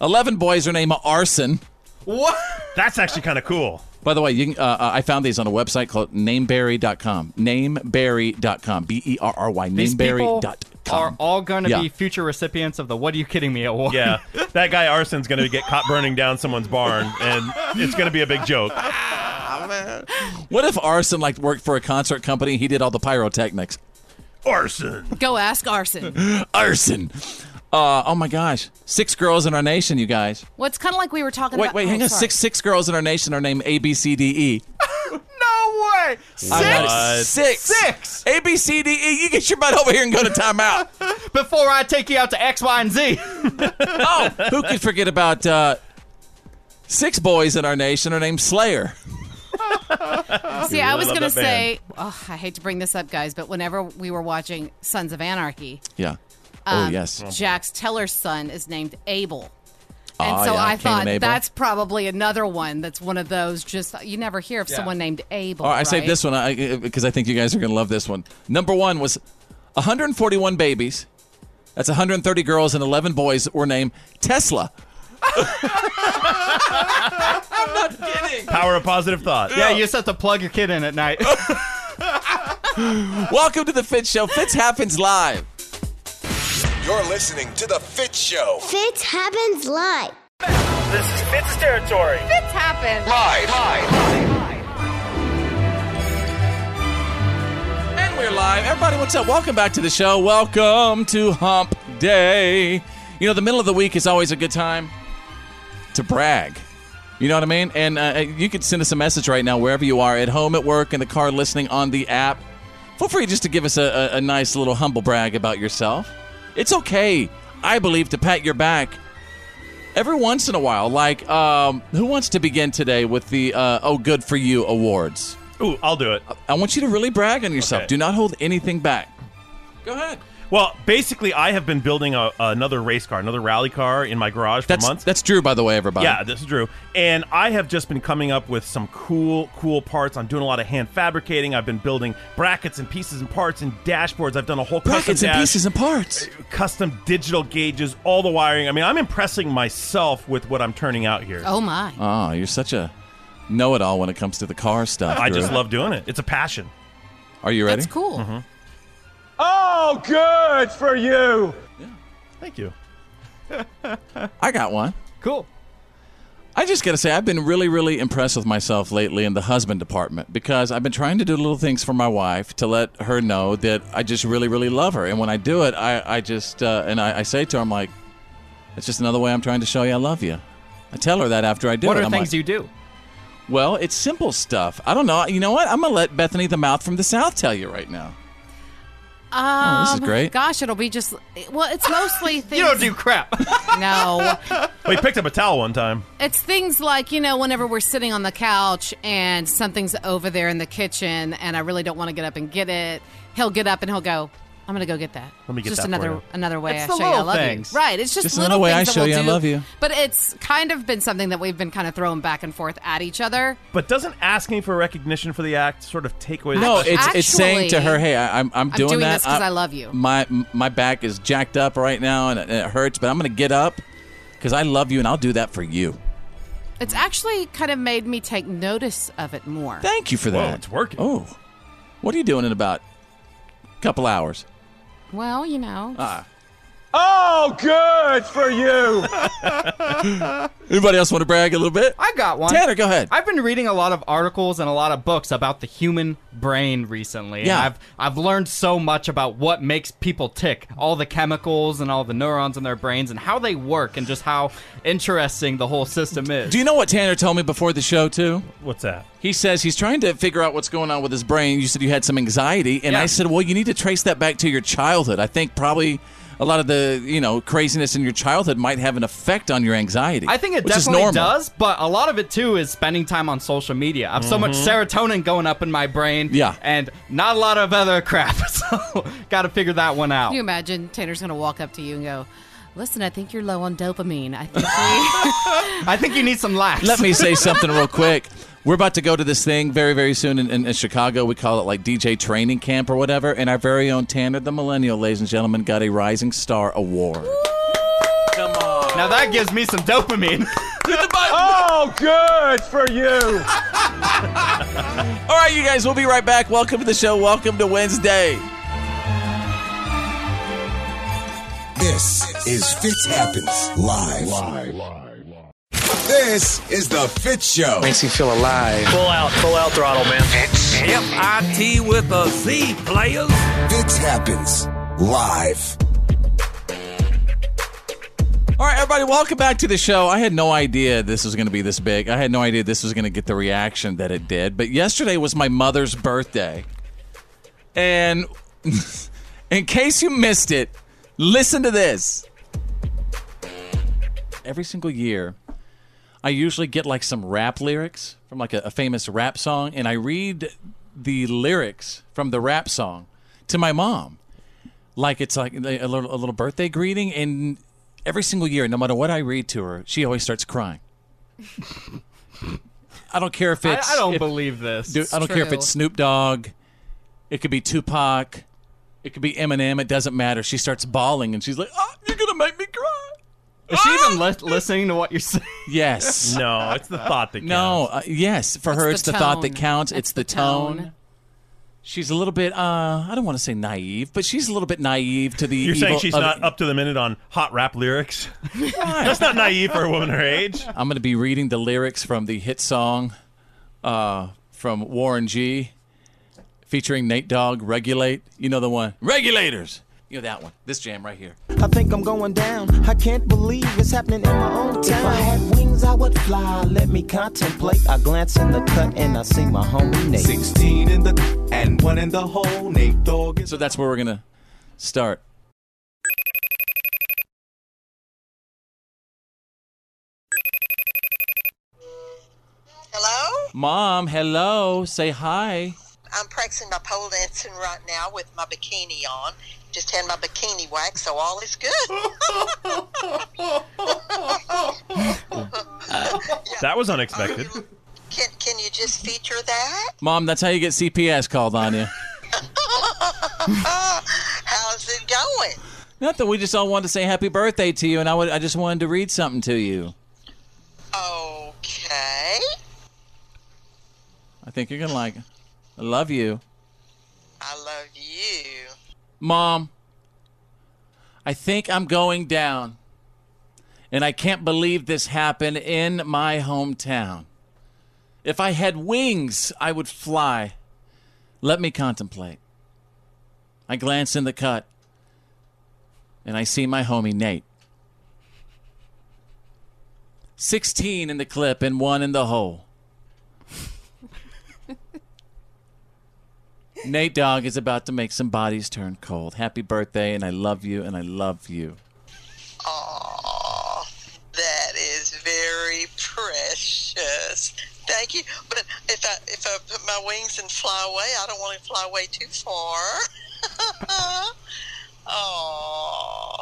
Eleven boys are named Arson.
What? That's actually kind of cool.
By the way, you can, uh, uh, I found these on a website called nameberry.com. Nameberry.com. B E R R Y.
These people
Nameberry.com.
are all going to
Yeah.
be future recipients of the "What Are You Kidding Me?" award.
Yeah, that guy Arson's going to get caught burning down someone's barn, and it's going to be a big joke.
What if Arson like worked for a concert company? He did all the pyrotechnics.
Arson.
Go ask Arson.
Arson. Uh, oh my gosh, six girls in our nation, you guys.
Well, it's kind of like we were talking
Wait,
about.
wait,
oh,
hang on.
sorry.
Six six girls in our nation are named A B C D E.
No way.
I got it.
Six?
Six. Six. A B C D E. You get your butt over here and go to timeout.
Before I take you out to X, Y, and Z.
oh, who could forget about uh, six boys in our nation are named Slayer?
See, I was
Love
going to
that band.
say, oh, I hate to bring this up, guys, but whenever we were watching Sons of Anarchy, um,
Yeah. oh yes.
Jax Teller's son is named Abel. And
Ah,
so
yeah,
I
Cain and
thought
Abel.
that's probably another one that's one of those just you never hear of
Yeah.
someone named Abel.
All right, I
right?
saved this one because I, think you guys are going to love this one. Number one was 141 babies. That's 130 girls and 11 boys were named Tesla.
I'm
not kidding.
Power of positive thought.
Yeah, you just have to plug your kid in at night.
Welcome to the Fitz Show. Fitz happens live.
You're listening to The Fit Show.
Fitz happens live.
This is Fitz's territory. Fitz happens. Live. Live.
And we're live. Everybody, what's up? Welcome back to the show. Welcome to Hump Day. You know, the middle of the week is always a good time to brag. You know what I mean? And uh, you could send us a message right now, wherever you are, at home, at work, in the car, listening on the app. Feel free just to give us a, a, a nice little humble brag about yourself. It's okay, I believe, to pat your back every once in a while. Like, um, who wants to begin today with the uh, "Oh, good for you" awards?
Ooh, I'll do it.
I want you to really brag on yourself. Do not hold anything back. Go ahead.
Well, basically, I have been building a, another race car, another rally car in my garage for
That's
months.
that's Drew, by the way, everybody.
Yeah, this is Drew. And I have just been coming up with some cool, cool parts. I'm doing a lot of hand fabricating. I've been building brackets and pieces and parts and dashboards. I've done a whole custom
brackets and
dash-
pieces and parts.
custom digital gauges, all the wiring. I mean, I'm impressing myself with what I'm turning out here.
Oh my.
Oh, you're such a know-it-all when it comes to the car stuff.
I
Drew.
just love doing it. It's a passion.
Are you ready?
That's cool.
Oh, good for you. Yeah. Thank you.
I got one.
Cool.
I just got to say, I've been really, really impressed with myself lately in the husband department because I've been trying to do little things for my wife to let her know that I just really, really love her. And when I do it, I, I just, uh, and I, I say to her, I'm like, it's just another way I'm trying to show you I love you. I tell her that after I do
what
it.
are
I'm
things
like,
you do?
Well, it's simple stuff. I don't know. You know what? I'm going to let Bethany the Mouth from the South tell you right now.
Um,
Oh, this is great.
Gosh, it'll be just well, it's mostly things.
You don't do crap.
no.
Well, he picked up a towel one time.
It's things like, you know, whenever we're sitting on the couch and something's over there in the kitchen and I really don't want to get up and get it, he'll get up and he'll go, I'm going to go get that.
Let me get that
just
for
another
you.
another way
It's
I
the
show you I
little
love
things.
you. Right. It's just,
Just
little
another way
things
I
that
show
we'll
you I
do.
love you.
But it's kind of been something that we've been kind of throwing back and forth at each other.
But doesn't asking for recognition for the act sort of take away?
No, it's it's saying to her,
Actually,
"Hey, I, I'm I'm
I'm
doing,
doing
that
this 'cause I love you."
My my back is jacked up right now and it, and it hurts, but I'm gonna get up because I love you and I'll do that for you.
It's actually kind of made me take notice of it more.
Thank you for Mm-hmm. that. it's
working.
Oh, what are you doing in about a couple hours?
Well, you know.
Ah.
Oh, good for you.
Anybody else want to brag a little bit?
I got one.
Tanner, go ahead.
I've been reading a lot of articles and a lot of books about the human brain recently.
Yeah.
And I've I've learned so much about what makes people tick, all the chemicals and all the neurons in their brains and how they work and just how interesting the whole system is.
Do you know what Tanner told me before the show too?
What's that?
He says he's trying to figure out what's going on with his brain. You said you had some anxiety, and I said, well, you need to trace that back to your childhood. I think probably a lot of the you know craziness in your childhood might have an effect on your anxiety.
I think it
which is
definitely
normal.
does, but a lot of it too is spending time on social media. I have so much
Mhm.
serotonin going up in my brain, yeah, and not a lot of other crap. So, got to figure that one out.
Can you imagine Tanner's going to walk up to you and go, Listen, I think you're low on dopamine. I think we-
I think you need some laughs.
Let me say something real quick. We're about to go to this thing very, very soon in, in, in Chicago. We call it like DJ training camp or whatever. And our very own Tanner, the millennial, ladies and gentlemen, got a Rising Star Award.
Come on. Now that gives me some dopamine.
Oh, good for you. All right, you guys, we'll be right back. Welcome to the show. Welcome to Wednesday.
This is Fitz Happens Live. Live. This is the Fit Show. Makes you feel alive.
Full out, full out throttle, man. F-I-T with a Z, players.
Fitz Happens Live.
All right, everybody, welcome back to the show. I had no idea this was going to be this big. I had no idea this was going to get the reaction that it did. But yesterday was my mother's birthday. And in case you missed it, listen to this. Every single year, I usually get like some rap lyrics from like a, a famous rap song, and I read the lyrics from the rap song to my mom like it's like a little, a little birthday greeting and every single year no matter what i read to her she always starts crying i don't care if
I-
it's
I don't
if-
believe this.
dude, i
It's
don't care if
true.
it's snoop dogg it could be tupac it could be eminem it doesn't matter she starts bawling and she's like oh you're gonna make me cry
Is she even li- listening to what you're saying?
yes
No, it's the thought that
no uh, yes for her
It's
it's
the
the, thought that
tone.
counts it's, the, tone. She's a little bit, uh, I don't want to say naive, but she's a little bit naive to the.
You're saying
evil
she's
of-
not up to the minute on hot rap lyrics? That's not naive for a woman her age.
I'm going to be reading the lyrics from the hit song uh, from Warren G featuring Nate Dogg, Regulate. You know the one. Regulators. You know that one. This jam right here.
I think I'm going down. I can't believe it's happening in my own town. If I had wings, I would fly. Let me contemplate. I glance in the cut and I see my homie Nate. 16 in the and one in the hole. Nate Dogg.
So that's where we're going to start. Hello? Mom, hello. Say hi.
I'm practicing my pole dancing right now with my bikini on. Just had my bikini wax, so all is good.
That was unexpected.
can Can you just feature that?
Mom, that's how you get CPS called on you.
How's it going?
Nothing. We just all wanted to say happy birthday to you, and I would, I just wanted to read something to you.
Okay.
I think you're gonna like. it. I love you,
I love you.
Mom. I think I'm going down, and I can't believe this happened in my hometown. If I had wings, I would fly. Let me contemplate. I glance in the cut, and I see my homie Nate. 16 in the clip and one in the hole. Nate Dogg is about to make some bodies turn cold. Happy birthday, and I love you, and I love you.
That is very precious. Thank you. But if I if I put my wings and fly away, I don't want to fly away too far. oh,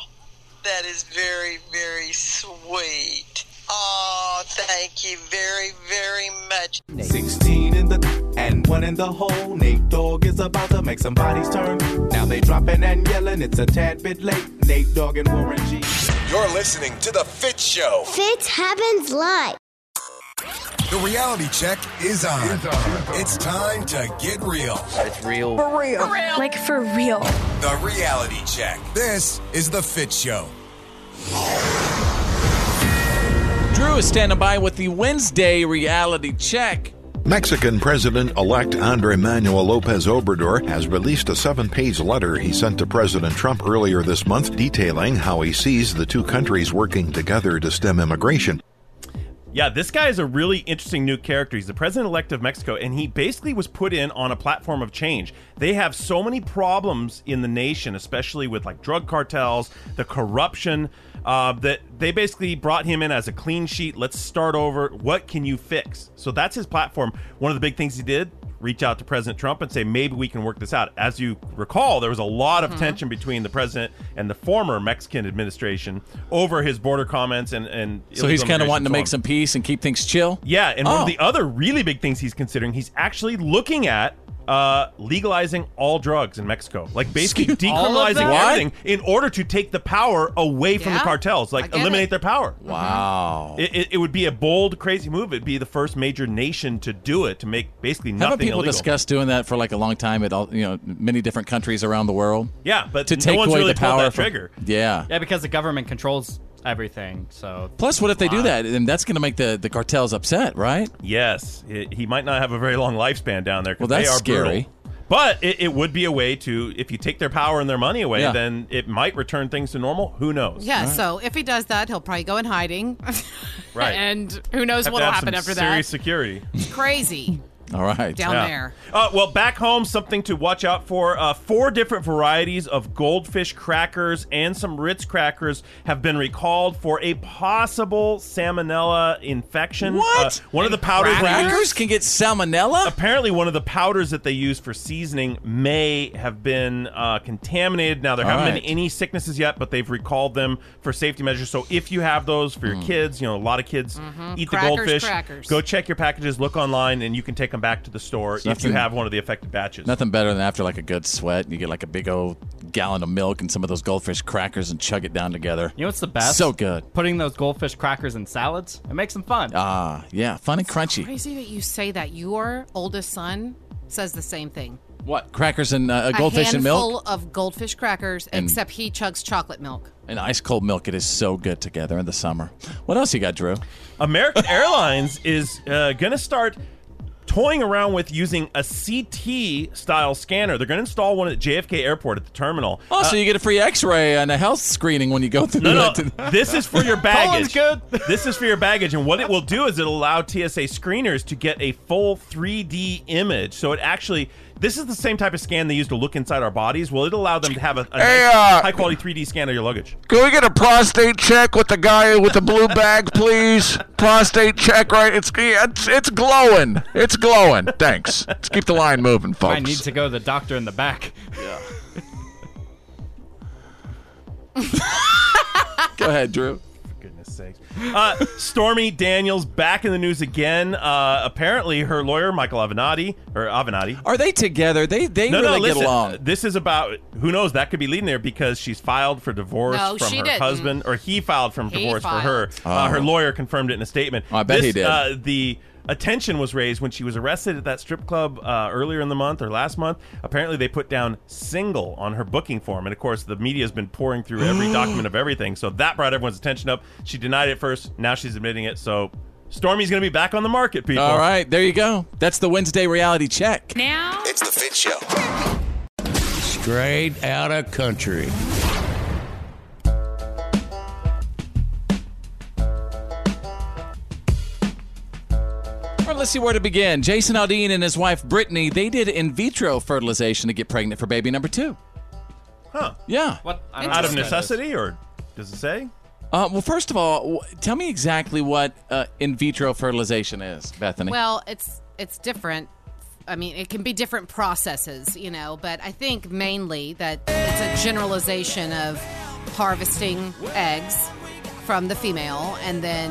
that is very very sweet. Oh, thank you very very much.
16 in the and one in the hole. Nate Dogg is about to make some bodies turn. Now they dropping and yelling. It's a tad bit late. Nate Dogg and Warren G.
You're listening to the Fit Show.
Fitz happens live.
The reality check is on. It's, time to get real. It's real.
For real. Like for real.
The reality check. This is the Fit Show.
Drew is standing by with the Wednesday reality check.
Mexican President elect Andre Manuel Lopez Obrador has released a seven page letter he sent to President Trump earlier this month detailing how he sees the two countries working together to stem immigration.
Yeah, this guy is a really interesting new character. He's the president elect of Mexico, and he basically was put in on a platform of change. They have so many problems in the nation, especially with like drug cartels, the corruption, uh, that they basically brought him in as a clean sheet. Let's start over. What can you fix? So that's his platform. One of the big things he did reach out to President Trump and say, maybe we can work this out. As you recall, there was a lot
Mm-hmm.
of tension between the president and the former Mexican administration over his border comments and. and
So he's
illegal
kind of
immigration
wanting to
reform.
make some peace and keep things chill.
Yeah, and one
Oh.
of the other really big things he's considering, he's actually looking at uh, legalizing all drugs in Mexico, like basically
All of
decriminalizing
them? What?
everything in order to take the power away from the
Yeah,
cartels,
I
like
get
eliminate
it.
their power. Mm-hmm.
Wow.
It, it, it would be a bold, crazy move. It'd be the first major nation to do it to make basically nothing
Haven't people
illegal.
discussed doing that for like a long time at all, you know, many different countries around the world?
Yeah, but
to
no
take
one's
away
really
the
pulled
power
that
from-
trigger.
yeah.
Yeah, because the government controls everything. So
Plus, what if they do that? Then that's going to make the, the cartels upset, right?
Yes, it, he might not have a very long lifespan down there.
Well,
'cause
that's
they are
scary.
brutal. But it, it would be a way to, if you take their power and their money away,
Yeah.
then it might return things to normal. Who knows?
Yeah, so if he does that, he'll probably go in hiding.
Right.
and who knows
Have to
what'll
have
happen
some
after
Serious
that.
security.
It's crazy.
All right.
Down there.
Uh, well, back home, something to watch out for. Uh, four different varieties of goldfish crackers and some Ritz crackers have been recalled for a possible salmonella infection.
What?
Uh, one of the powders they
crackers
use-
can get salmonella.
Apparently, one of the powders that they use for seasoning may have been uh, contaminated. Now, there
All
haven't
right.
been any sicknesses yet, but they've recalled them for safety measures. So, if you have those for your
Hmm.
kids, you know, a lot of kids
Mm-hmm.
eat
Crackers,
the goldfish.
crackers.
Go check your packages, look online, and you can take them back to the store if you
nothing-
have one of the affected batches.
Nothing better than after like a good sweat, and you get like a big old gallon of milk and some of those goldfish crackers and chug it down together.
You know what's the best?
So good.
Putting those goldfish crackers in salads, it makes them fun.
Ah, yeah, fun and crunchy.
Crazy that you say that. Your oldest son says the same thing.
What? Crackers and uh, goldfish
a
and milk
handful of goldfish crackers,
And-
except he chugs chocolate milk.
and ice cold milk. It is so good together in the summer. What else you got, Drew?
Uh, American Airlines is uh, going to start toying around with using a CT style scanner. They're going to install one at JFK Airport at the terminal.
Oh, so you get a free X-ray and a health screening when you go through.
No, no.
that.
this is for your baggage. This is for your baggage, and what it will do is it'll allow TSA screeners to get a full 3D image. So it actually, this is the same type of scan they use to look inside our bodies. Well, it allow them to have a,
Hey, uh,
high quality 3D scan of your luggage.
Can we get a prostate check with the guy with the blue bag, please? Prostate check, right? It's it's, it's glowing. It's glowing. Thanks. Let's keep the line moving, folks.
I need to go to the doctor in the back.
Yeah.
Go ahead, Drew.
goodness sakes. Uh, Stormy Daniels back in the news again. Uh, apparently, her lawyer Michael Avenatti or Avenatti.
Are they together? They they
no,
really
no, listen,
get along.
This is about who knows that could be leading there because she's filed for divorce
No,
from
she
her
didn't.
husband, or he filed from
He
divorce
filed.
for her.
Oh.
Uh, her lawyer confirmed it in a statement.
I bet
This,
he did.
Uh, the attention was raised when she was arrested at that strip club uh, earlier in the month or last month. Apparently, they put down single on her booking form, and of course, the media has been pouring through every document of everything. So that brought everyone's attention up. She denied it first. Now she's admitting it. So Stormy's going to be back on the market, people.
All right, there you go. That's the Wednesday reality check.
Now
it's the Fit Show.
Straight out of country.
All right, let's see where to begin. Jason Aldean and his wife Brittany, they did in vitro fertilization to get pregnant for baby number two.
Huh?
Yeah.
What? I don't
Out
know
of
what that is.
necessity, or does it say?
Uh, well, first of all, w- tell me exactly what uh, in vitro fertilization is, Bethany.
Well, it's it's different. I mean, it can be different processes, you know, but I think mainly that it's a generalization of harvesting eggs from the female and then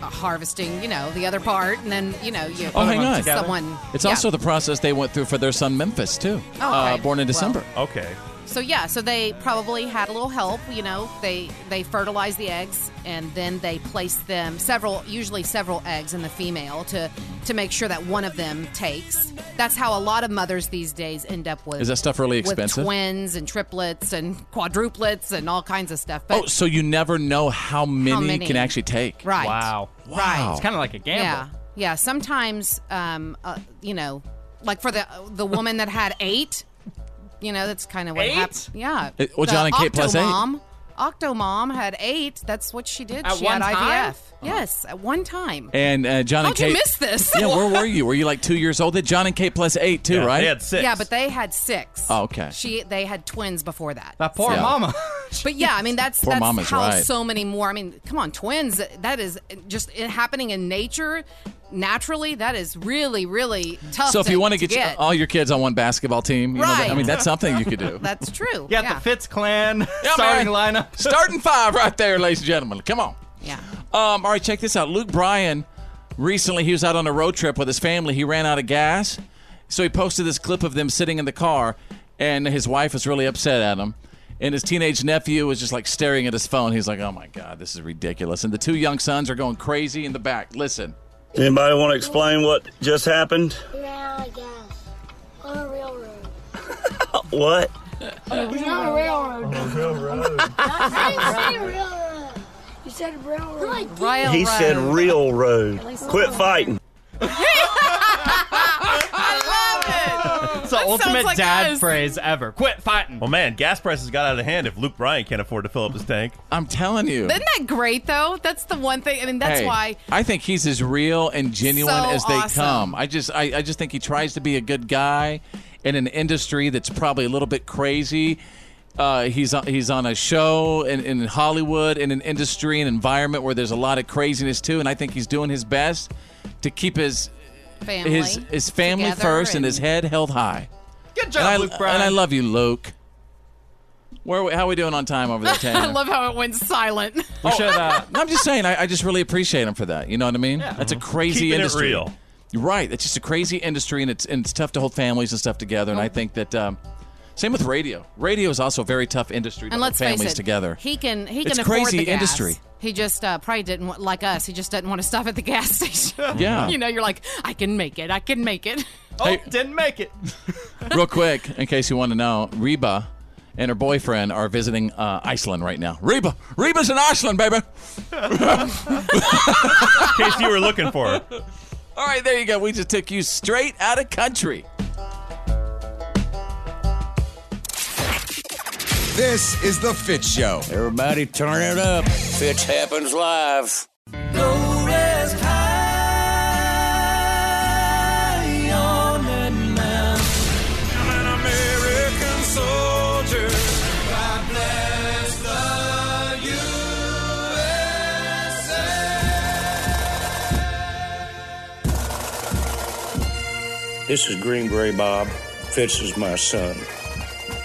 harvesting, you know, the other part, and then you know, you
oh, hang on.
someone.
It's
yeah.
also the process they went through for their son Memphis too,
Oh,
uh,
okay.
born in
Well.
December.
okay.
So yeah, so they probably had a little help, you know. They they fertilize the eggs and then they place them several usually several eggs in the female to to make sure that one of them takes. That's how a lot of mothers these days end up with
Is that stuff really
with
expensive?
twins and triplets and quadruplets and all kinds of stuff. But
Oh, so you never know how many,
many?
can actually take.
Right. Wow.
Wow.
It's kind of like a gamble.
Yeah, yeah. Sometimes, um, uh, you know, like for the the woman that had eight, you know, that's kind of what
Eight?
happened. Yeah.
It- well, John and
The
Kate plus eight.
Octomom- Octomom had eight. That's what she did.
At
she
one
had
time? Uh-huh.
IVF. Yes, at one time.
And uh, John and
How'd
Kate.
you miss this?
yeah, where were you? Were you like two years old? Then John and Kate plus eight too,
Yeah,
right?
they had
Yeah, but they had six.
Oh, okay.
She they had twins before that.
That poor
Yeah.
mama.
But yeah, I mean that's
Poor
that's
mama's
how
right.
so many more. I mean, come on, twins. That is just it happening in nature naturally. That is really really tough.
so if you want to get, your-
get
all your kids on one basketball team, you know, that- I
Right.
mean that's something you could do.
that's true.
You got
yeah.
the Fitz clan
Yeah,
starting
man.
lineup.
Starting five right there, ladies and gentlemen. Come on.
Yeah.
Um, all right, check this out. Luke Bryan recently he was out on a road trip with his family. He ran out of gas, so he posted this clip of them sitting in the car, and his wife was really upset at him. And his teenage nephew was just like staring at his phone. He's like, "Oh my god, this is ridiculous." And the two young sons are going crazy in the back. Listen.
Anybody want to explain what just happened?
Now I guess. On a railroad.
What?
It's not a railroad. I didn't say railroad. You said railroad. No, I didn't.
he said real road. Quit fighting.
It's the ultimate dad phrase ever. Quit fighting.
Well, man, gas prices got out of hand if Luke Bryan can't afford to fill up his tank.
I'm telling you.
Isn't that great though? That's the one thing. I mean, that's
Hey,
why.
I think he's as real and genuine
So
as they
awesome.
come. I just I, I just think he tries to be a good guy in an industry that's probably a little bit crazy. Uh, he's on, he's on a show in, in Hollywood in an industry an environment where there's a lot of craziness too, and I think he's doing his best to keep his
Family
his his family
together
first and,
and-
his head held high.
Good
and I,
job, Luke Bryan.
And I love you, Luke. Where are we, how are we doing on time over there, Tanya?
I love how it went silent.
We should. Uh, I'm just saying. I, I just really appreciate him for that. You know what I mean? That's a crazy
Keeping it
industry.
real.
You're right. It's just a crazy industry, and it's and it's tough to hold families and stuff together. And I think that um, same with radio. Radio is also a very tough industry to
and
hold
let's
families
face it,
together.
He can. He
It's
can afford
crazy
the gas.
industry.
He just uh, probably didn't want, like us. He just doesn't want to stop at the gas station.
Yeah.
you know, you're like, I can make it. I can make it.
Oh, didn't make it.
Real quick, in case you want to know, Reba and her boyfriend are visiting uh, Iceland right now. Reba, Reba's in Iceland, baby.
In case you were looking for her.
All right, there you go. We just took you straight out of country.
This is The Fit Show.
Everybody turn it up. Fitch happens live. Go rest high on that mountain. I'm an American soldier. God bless the USA.
This is Greenberry Bob. Fitz is my son.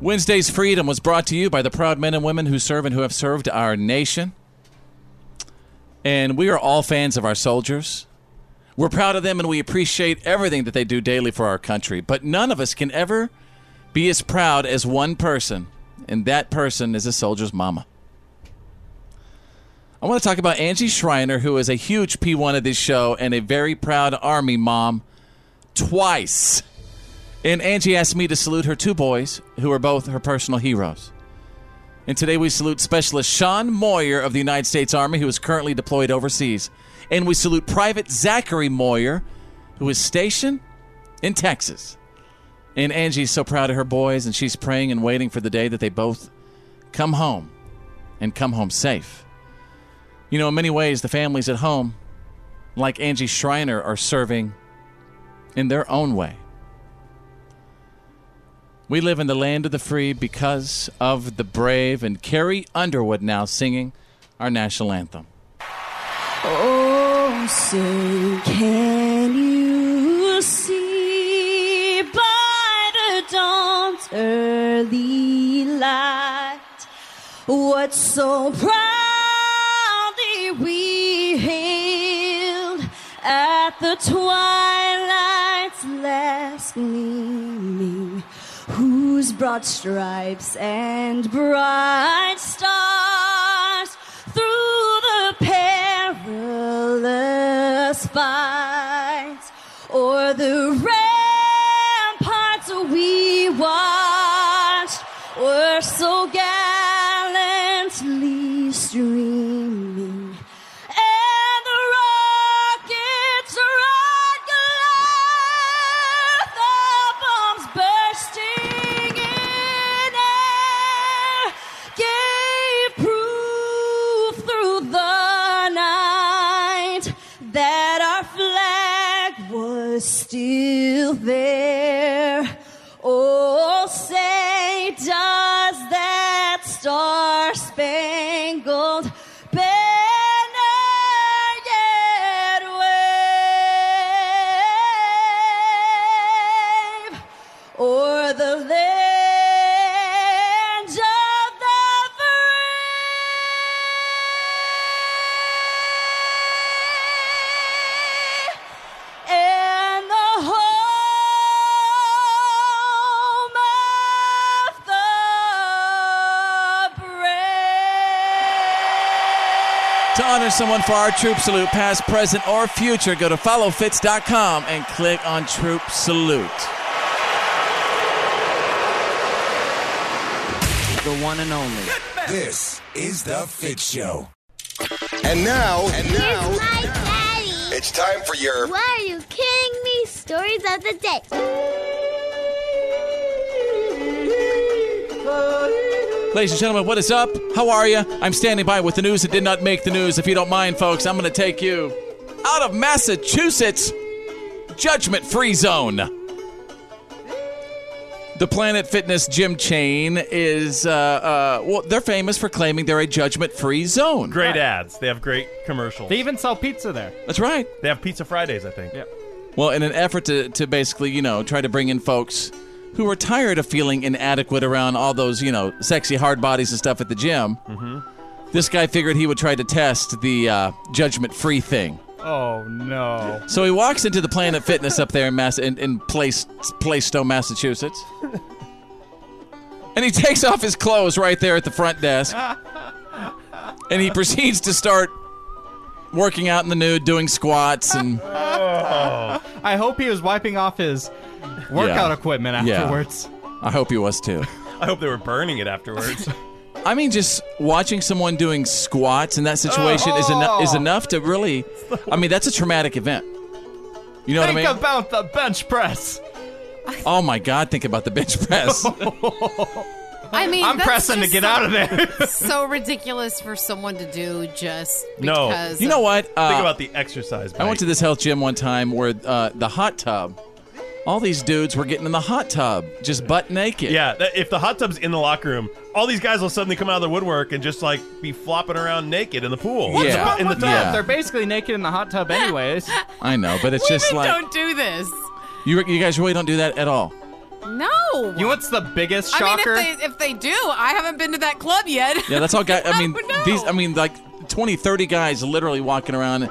Wednesday's Freedom was brought to you by the proud men and women who serve and who have served our nation. And we are all fans of our soldiers. We're proud of them and we appreciate everything that they do daily for our country. But none of us can ever be as proud as one person, and that person is a soldier's mama. I want to talk about Angie Schreiner, who is a huge P1 of this show and a very proud Army mom twice. And Angie asked me to salute her two boys, who are both her personal heroes. And today we salute Specialist Sean Moyer of the United States Army, who is currently deployed overseas. And we salute Private Zachary Moyer, who is stationed in Texas. And Angie's so proud of her boys, and she's praying and waiting for the day that they both come home and come home safe. You know, in many ways, the families at home, like Angie Schreiner, are serving in their own way. We live in the land of the free because of the brave, and Carrie Underwood now singing our national anthem.
Oh, say can you see by the dawn's early light what so proudly we hailed at the twilight's last gleaming? Who whose broad stripes and bright stars through the perilous fight o'er the ramparts we watched were so gallantly streaming. And the rockets roared glare, the bombs bursting in air gave proof through the night that our flag was still there. Oh, say does that star-spangled banner yet wave o'er the land of the free and the home of the
To honor someone for our troop salute, past, present, or future, go to followfits.com and click on Troop Salute.
The one and only. This is the Fit Show. And now, and now, it's time for your
Why are you kidding me? Stories of the day.
Ladies and gentlemen, what is up? How are you? I'm standing by with the news that did not make the news. If you don't mind, folks, I'm going to take you out of Massachusetts' judgment free zone. The Planet Fitness gym chain is, uh, uh, well, they're famous for claiming they're a judgment free zone.
Great ads. They have great commercials. They even sell pizza there.
That's right.
They have Pizza Fridays, I think. Yeah.
Well, in an effort to, to basically, you know, try to bring in folks who are tired of feeling inadequate around all those, you know, sexy hard bodies and stuff at the gym,
Mm-hmm.
this guy figured he would try to test the uh, judgment free thing.
Oh no.
So he walks into the Planet Fitness up there in Mass in, in Place Plaistow, Massachusetts. And he takes off his clothes right there at the front desk. And he proceeds to start working out in the nude, doing squats and
I hope he was wiping off his workout
Yeah.
equipment
Yeah.
afterwards.
I hope he was too.
I hope they were burning it afterwards.
Uh, I mean, just watching someone doing squats in that situation is enough. Is enough to really. I mean, that's a traumatic event. You know
Think
what I mean?
about the bench press.
oh my God! Think about the bench press.
I mean,
I'm
that's
pressing to
just
get
so-
out of there.
so ridiculous for someone to do just
no.
because
You know
of-
what? Uh,
Think about the exercise.
I went to this health gym one time where uh, the hot tub. All these dudes were getting in the hot tub, just butt naked.
Yeah, that, if the hot tub's in the locker room, all these guys will suddenly come out of the woodwork and just like be flopping around naked in the pool.
What's Yeah. wrong
in the
with
tub.
that?
They're basically naked in the hot tub, anyways.
I know, but it's just
Women
like
don't do this.
you, you guys really don't do that at all.
No.
You know what's the biggest
I mean,
shocker?
if they, if they do, I haven't been to that club yet.
Yeah, that's all guys. I mean,
no.
these. I mean, like 20, 30 guys literally walking around.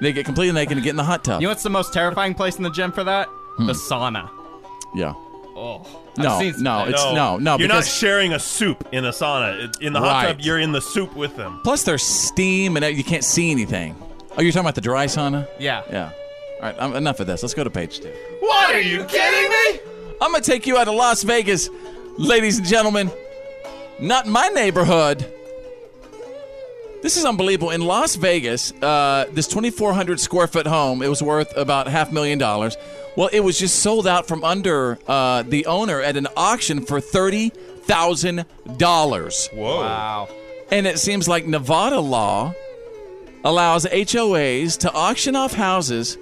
They get completely naked and get in the hot tub.
you know what's the most terrifying place in the gym for that? The sauna.
yeah.
Oh.
Hmm. No,
I've seen-
no, it's no, no.
You're not
because
sharing a soup in a sauna. It- In the hot
Right.
tub, you're in the soup with them.
plus there's steam and you can't see anything. Oh, you're talking about the dry sauna?
Yeah.
Yeah. All right. Um, enough of this. Let's go to page two.
What are you kidding me?
I'm gonna take you out of Las Vegas, ladies and gentlemen. Not in my neighborhood. This is unbelievable. In Las Vegas, uh, this 2,400 square foot home, it was worth about half million dollars. Well, it was just sold out from under uh, the owner at an auction for thirty thousand dollars.
Whoa! Wow.
And it seems like Nevada law allows HOAs to auction off houses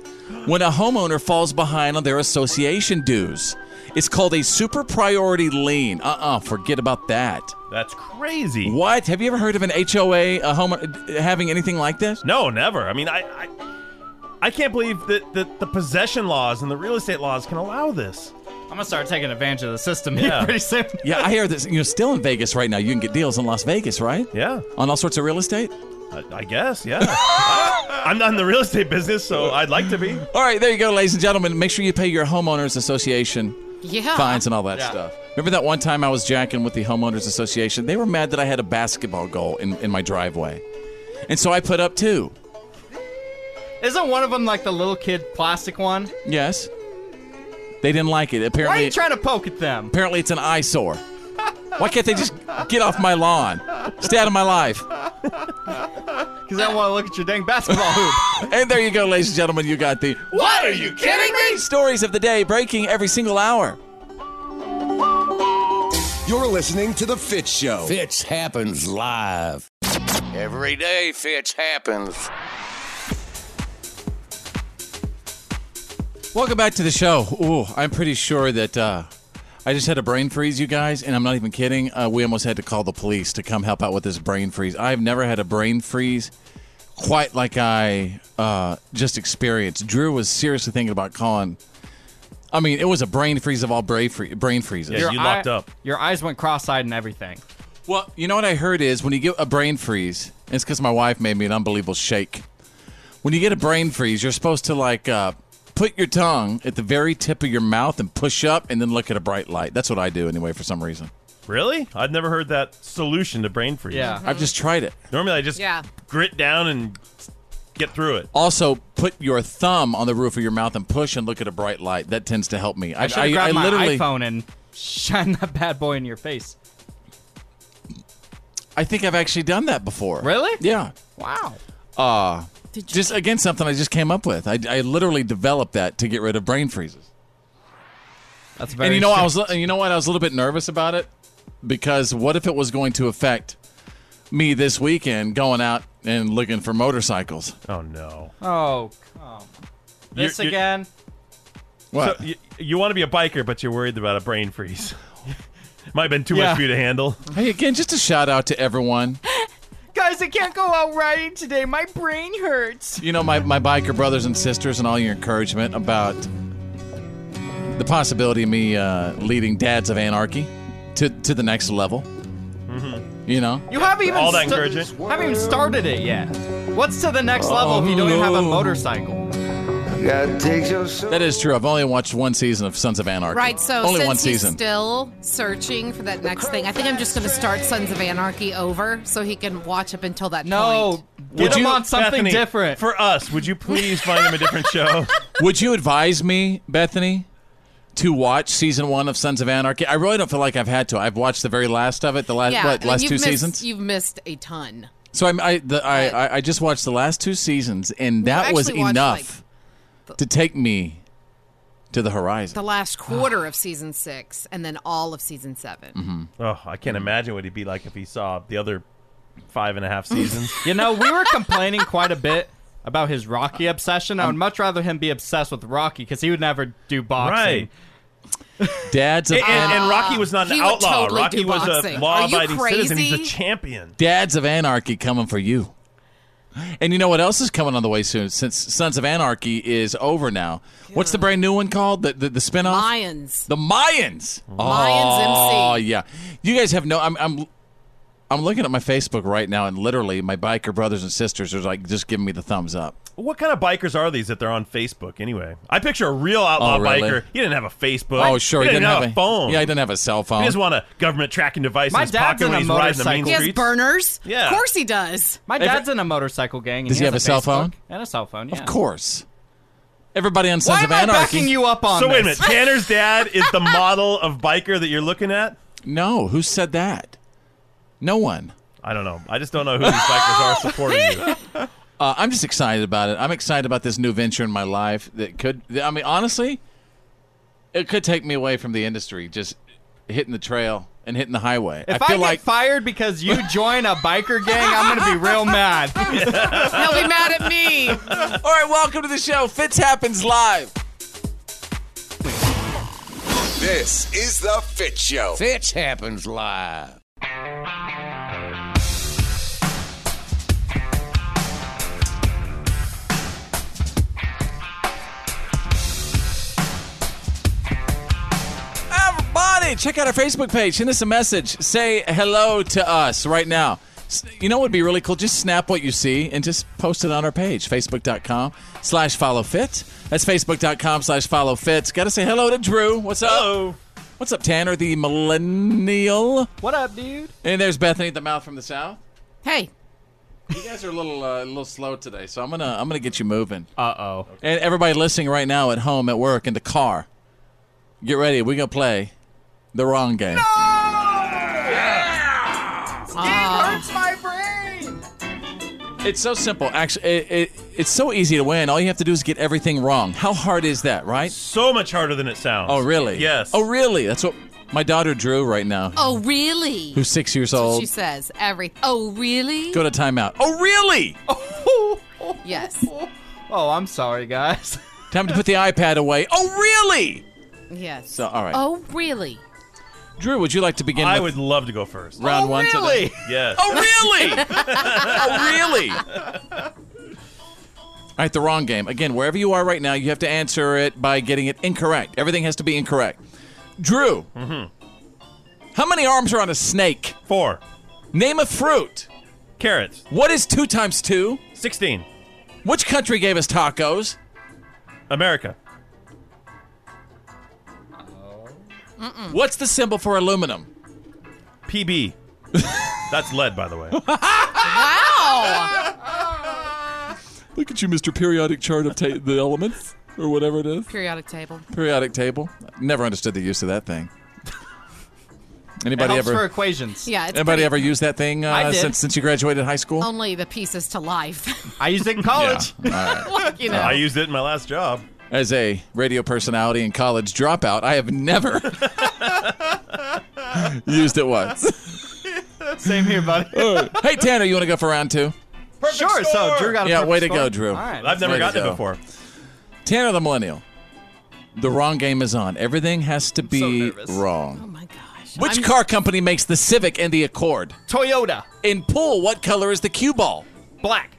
when a homeowner falls behind on their association dues. It's called a super priority lien. Uh uh forget about that.
That's crazy.
What? Have you ever heard of an HOA, a home, having anything like this?
No, never. I mean, I, I, I can't believe that, that the possession laws and the real estate laws can allow this.
I'm gonna start taking advantage of the system
Yeah.
here pretty soon.
Yeah, I hear this. You're still in Vegas right now. You can get deals in Las Vegas, right?
Yeah.
On all sorts of real estate?
I, I guess, yeah. I, I'm not in the real estate business, so I'd like to be.
All right, there you go, ladies and gentlemen. Make sure you pay your homeowners association
Uh-huh.
Yeah.
fines and all that stuff. Remember that one time I was jacking with the homeowners association? They were mad that I had a basketball goal in, in my driveway. And so I put up two.
Isn't one of them like the little kid plastic one?
Yes. They didn't like it. Apparently
Why are you trying to poke at them?
Apparently it's an eyesore. Why can't they just get off my lawn? Stay out of my life.
Because I want to look at your dang basketball hoop.
and there you go, ladies and gentlemen. You got the
What are you kidding me?
Stories of the day breaking every single hour.
You're listening to The Fit Show.
Fitch happens live. Every day, Fitch happens.
Welcome back to the show. Ooh, I'm pretty sure that uh, I just had a brain freeze, you guys, and I'm not even kidding. Uh, we almost had to call the police to come help out with this brain freeze. I've never had a brain freeze quite like I uh, just experienced. Drew was seriously thinking about calling. I mean, it was a brain freeze of all brain, free- brain freezes.
eye- Your eyes went cross-eyed and everything.
Well, you know what I heard is when you get a brain freeze, and it's because my wife made me an unbelievable shake. When you get a brain freeze, you're supposed to like uh, put your tongue at the very tip of your mouth and push up, and then look at a bright light. That's what I do anyway, for some reason.
Really? I'd never heard that solution to brain freeze.
Yeah. I've
Mm.
just tried it.
Normally, I just grit down and get through it.
Also, put your thumb on the roof of your mouth and push and look at a bright light. That tends to help me.
I should have grabbed my iPhone and shine that bad boy in your face.
I think I've actually done that before.
Really?
Yeah.
Wow.
Uh, just again something I just came up with. I, I literally developed that to get rid of brain freezes.
That's very
And you know I was
sick.
li- you know what I was a little bit nervous about it because what if it was going to affect me this weekend going out and looking for motorcycles?
Oh no.
Oh, come. This
You're- you're-
again?
What?
So you, you want to be a biker, but you're worried about a brain freeze. Might have been too
Yeah.
much for you to handle.
Hey again just a shout out to everyone.
Guys, I can't go out riding today. My brain hurts.
You know my my biker brothers and sisters and all your encouragement about the possibility of me uh, leading dads of anarchy to to the next level,
Mm-hmm.
you know?
You haven't even
All that
sta-
encouragement.
Haven't even started it yet. What's to the next level if you don't even
Oh.
have a motorcycle?
That is true. I've only watched one season of Sons of Anarchy.
Right, so
only
since
one
he's
season.
still searching for that next thing, I think I'm just going to start Sons of Anarchy over so he can watch up until that no, point.
Would you- Bethany,
For us, would you please find him a different show?
Would you advise me, Bethany, to watch season one of Sons of Anarchy? I really don't feel like I've had to. I've watched the very last of it, the last
yeah,
what,
and
last
you've
two
missed,
seasons.
You've missed a ton.
So I'm, I, the, I, I I just watched the last two seasons, and that
We've
was
actually watched,
enough to take me to the horizon.
The last quarter of season six and then all of season seven.
Mm-hmm.
Oh, I can't imagine what he'd be like if he saw the other five and a half seasons.
You know, we were complaining quite a bit about his Rocky obsession. I would much rather him be obsessed with Rocky because he would never do boxing.
Right.
Dads of
and, and- and Rocky was not an
He would
outlaw.
totally
Rocky
do
was a
boxing.
Are
law-abiding
you
citizen. He's a
crazy?
champion.
Dads of Anarchy coming for you. And you know what else is coming on the way soon? Since Sons of Anarchy is over now, what's the brand new one called? The the, the spinoff.
Mayans.
The Mayans.
Mayans
Oh
MC.
yeah. You guys have no. I'm I'm I'm looking at my Facebook right now, and literally my biker brothers and sisters are like just giving me the thumbs up.
What kind of bikers are these that they're on Facebook anyway? I picture a real outlaw
Oh, really?
biker. He didn't have a Facebook.
Oh sure,
he didn't, have, a, phone.
Yeah, he didn't have a cell phone.
He just want a government tracking device
My
in his
dad's
pocket
in
when
a
he's riding the main
motorcycle. He has
streets.
Burners?
Yeah.
Of course he does.
My dad's in a motorcycle gang. and
Does he have a cell
Facebook
phone?
And a cell phone, yeah.
Of course. Everybody on Sons
Why
of
am I
Anarchy.
backing you up on
So wait a
this?
minute, Tanner's dad is the model of biker that you're looking at?
No, who said that? No one.
I don't know. I just don't know who these bikers are supporting you.
Uh, I'm just excited about it. I'm excited about this new venture in my life that could. I mean, honestly, it could take me away from the industry. Just hitting the trail and hitting the highway.
If
I
I,
feel
get
like
fired because you join a biker gang, I'm gonna be real mad.
He'll be mad at me. All
right, welcome to the show. Fitz happens live.
This is The Fit Show.
Fitch happens live.
Everybody, check out our Facebook page. Send us a message. Say hello to us right now. S- You know what would be really cool? Just snap what you see and just post it on our page, facebook.com slash follow fit. That's facebook.com slash follow fit. Got to say hello to Drew. What's up?
Oh,
What's up, Tanner, the millennial?
What up, dude?
And there's Bethany, the mouth from the south.
Hey.
You guys are a little uh, a little slow today, so I'm gonna I'm gonna get you moving.
Uh oh.
And everybody listening right now at home, at work, in the car, get ready. We're gonna play the wrong game.
It hurts my brain.
It's so simple. Actually, it, it, it's so easy to win. All you have to do is get everything wrong. How hard is that, right?
So much harder than it sounds.
Oh, really?
Yes.
Oh, really? That's what my daughter drew right now,
Oh, really?
who's six years
That's what
old.
She says every. Oh, really?
Go to timeout. Oh, really?
Yes.
Oh, I'm sorry, guys.
Time to put the iPad away. Oh, really?
Yes.
So, all right.
Oh, really?
Drew, would you like to begin?
I
with
would love to go first.
Oh,
Round one today.
Yes.
Oh, really? oh, really? All right, the wrong game. Again, wherever you are right now, you have to answer it by getting it incorrect. Everything has to be incorrect. Drew,
Mm-hmm.
how many arms are on a snake?
Four.
Name a fruit.
Carrots.
What is two times two?
Sixteen.
Which country gave us tacos?
America.
Hmm.
What's the symbol for aluminum?
PB. That's lead, by the way.
Wow.
Look at you, Mr. Periodic Chart of ta- the Elements, or whatever it is.
Periodic table.
Periodic table. Never understood the use of that thing.
it
Anybody
helps
ever?
for equations.
Yeah. It's
Anybody
pretty-
ever use that thing
I
uh,
did.
since since you graduated high school?
Only the pieces to life.
I used it in
college.
like, you know.
I used it in my last job.
As a radio personality and college dropout, I have never used it once.
Same here, buddy.
hey, Tanner, you want to go for round two?
sure. So Drew got a
yeah,
perfect
way to
score.
go, Drew.
All right.
I've never
Way to
gotten it
go.
before.
Tanner the Millennial. The wrong game is on. Everything has to be wrong. Oh my gosh. Which car company makes the Civic and the Accord?
Toyota.
In pool, what color is the cue ball?
Black.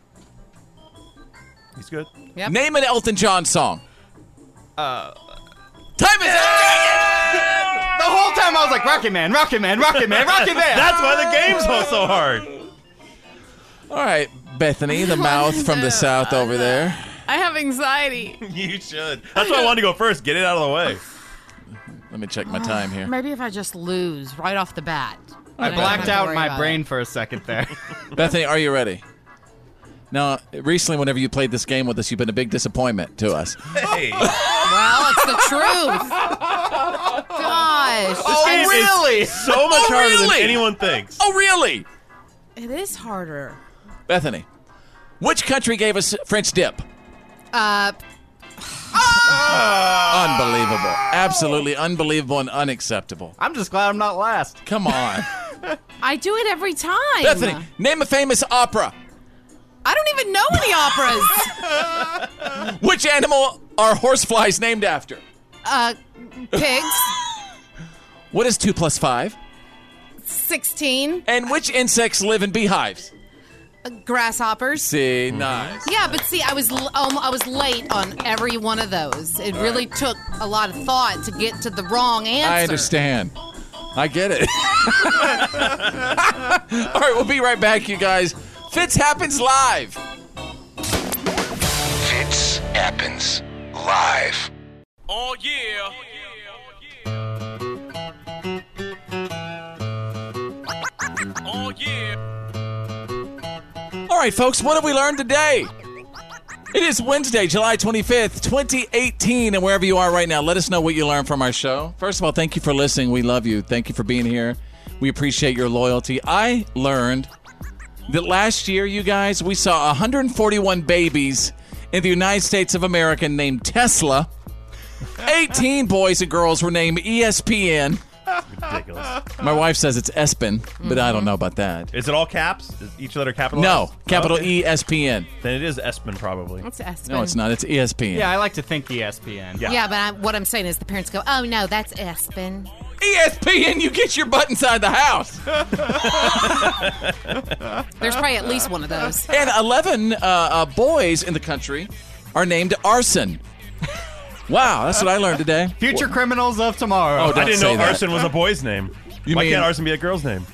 He's good.
Name an Elton John song.
Uh,
Time is
up. The whole time I was like, Rocket Man, Rocket Man, Rocket Man, Rocket Man.
That's why the game's so, so hard.
All right, Bethany, the mouth from the south over there.
I have anxiety.
You should. That's why I wanted to go first. Get it out of the way.
Let me check my time here.
Maybe if I just lose right off the bat.
I
then don't have
blacked
to
out
worry
my
about
brain
it.
for a second there.
Bethany, are you ready? Now, recently, whenever you played this game with us, you've been a big disappointment to us.
Hey.
Well, it's the truth. Gosh.
This game is so much harder than anyone thinks.
Oh, really?
It is harder.
Bethany, which country gave us French dip?
Uh,
Unbelievable. Absolutely unbelievable and unacceptable.
I'm just glad I'm not last.
Come on.
I do it every time.
Bethany, name a famous opera.
I don't even know any operas.
Which animal are horseflies named after?
Uh, pigs.
What is 2 plus 5?
16.
And which insects live in beehives?
Uh, grasshoppers.
See, nice.
Yeah, but see, I was l- um, I was late on every one of those. It
All
really took a lot of thought to get to the wrong answer.
I understand. I get it. All right, we'll be right back, you guys. Fitz happens live.
Fitz happens live.
Oh yeah. Oh yeah. All right, folks, what have we learned today? It is Wednesday, July 25th, 2018, and wherever you are right now, let us know what you learned from our show. First of all, thank you for listening. We love you. Thank you for being here. We appreciate your loyalty. I learned that last year, you guys, we saw 141 babies in the United States of America named Tesla. 18 boys and girls were named E ESPN.
Ridiculous.
My wife says it's Espen, but I don't know about that.
Is it all caps? Is each letter capitalized?
No, capital
Okay.
E S P N.
Then it is Espen, probably.
It's Espen.
No, it's not. It's E ESPN.
Yeah, I like to think E ESPN.
Yeah, but I, what I'm saying is the parents go, oh no, that's Espen.
E ESPN, you get your butt inside the house.
There's probably at least one of those.
And 11 uh, uh, boys in the country are named Arson. Wow, that's what I learned today.
Future criminals of tomorrow.
Oh, don't
I didn't
say
know
that.
arson was a boy's name.
You
Why
mean-
can't arson be a girl's name?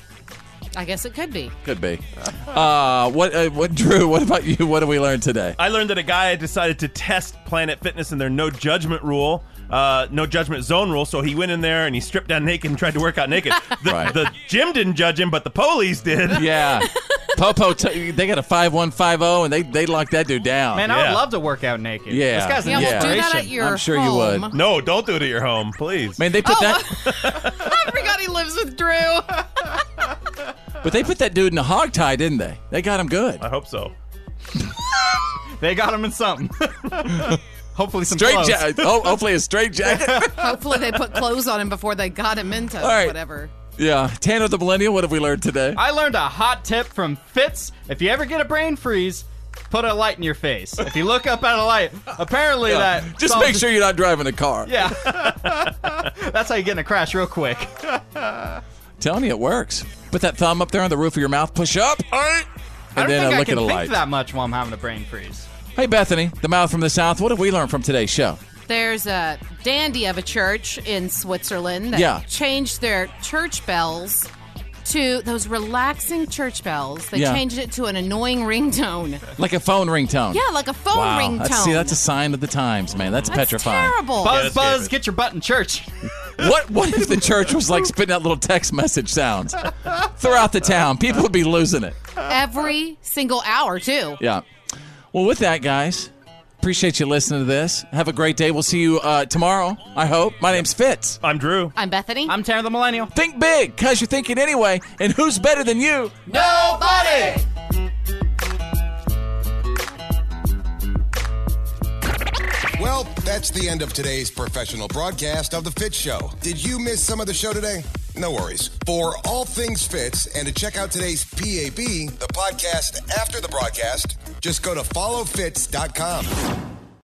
I guess it could be.
Could be. Uh, what, uh, what, Drew? What about you? What did we learn today?
I learned that a guy decided to test Planet Fitness and their no judgment rule, uh, no judgment zone rule. So he went in there and he stripped down naked and tried to work out naked. The, the gym didn't judge him, but the police did.
Yeah. Popo, t- they got a five one five zero, and they they locked that dude down.
Man, I would love to work out naked.
Yeah.
This guy's an
Yeah, well, do that
inspiration.
at your
I'm sure you would.
home.
No, don't do it at your home, please.
Man, they put
Oh,
that,
I forgot he lives with Drew.
but they put that dude in a hog tie, didn't they? They got him good. I
hope so.
They got him in something. Hopefully, some
Straight
clothes.
jacket. Oh, hopefully a straight jacket.
Hopefully, they put clothes on him before they got him into
All right.
whatever.
yeah. Tanner the millennial. What have we learned today?
I learned a hot tip from Fitz. If you ever get a brain freeze, put a light in your face. If you look up at a light, apparently
Yeah.
that
Just
solves-
make sure you're not driving a car.
Yeah. That's how you get in a crash real quick.
Telling you it works. Put that thumb up there on the roof of your mouth. Push up. And
I don't
then
think
uh,
I
look
can
at a
think
light.
that much while I'm having a brain freeze.
Hey, Bethany, the mouth from the south. What have we learned from today's show?
There's a dandy of a church in Switzerland that
Yeah.
changed their church bells to those relaxing church bells. They
Yeah.
changed it to an annoying ringtone.
Like a phone ringtone.
Yeah, like a phone
wow.
ringtone.
That's, see, that's a sign of the times, man. That's, petrifying.
terrible.
Buzz, buzz, get your butt in church.
What what if the church was like spitting out little text message sounds throughout the town? People would be losing it.
Every single hour, too.
Yeah. Well, with that, guys, appreciate you listening to this. Have a great day. We'll see you uh, tomorrow, I hope. My name's Fitz.
I'm Drew.
I'm Bethany.
I'm Tanner the Millennial.
Think big, because you're thinking anyway. And who's better than you?
Nobody!
Well, that's the end of today's professional broadcast of The Fit Show. Did you miss some of the show today? No worries. For all things fits and to check out today's PAB, the podcast after the broadcast, just go to followfits.com.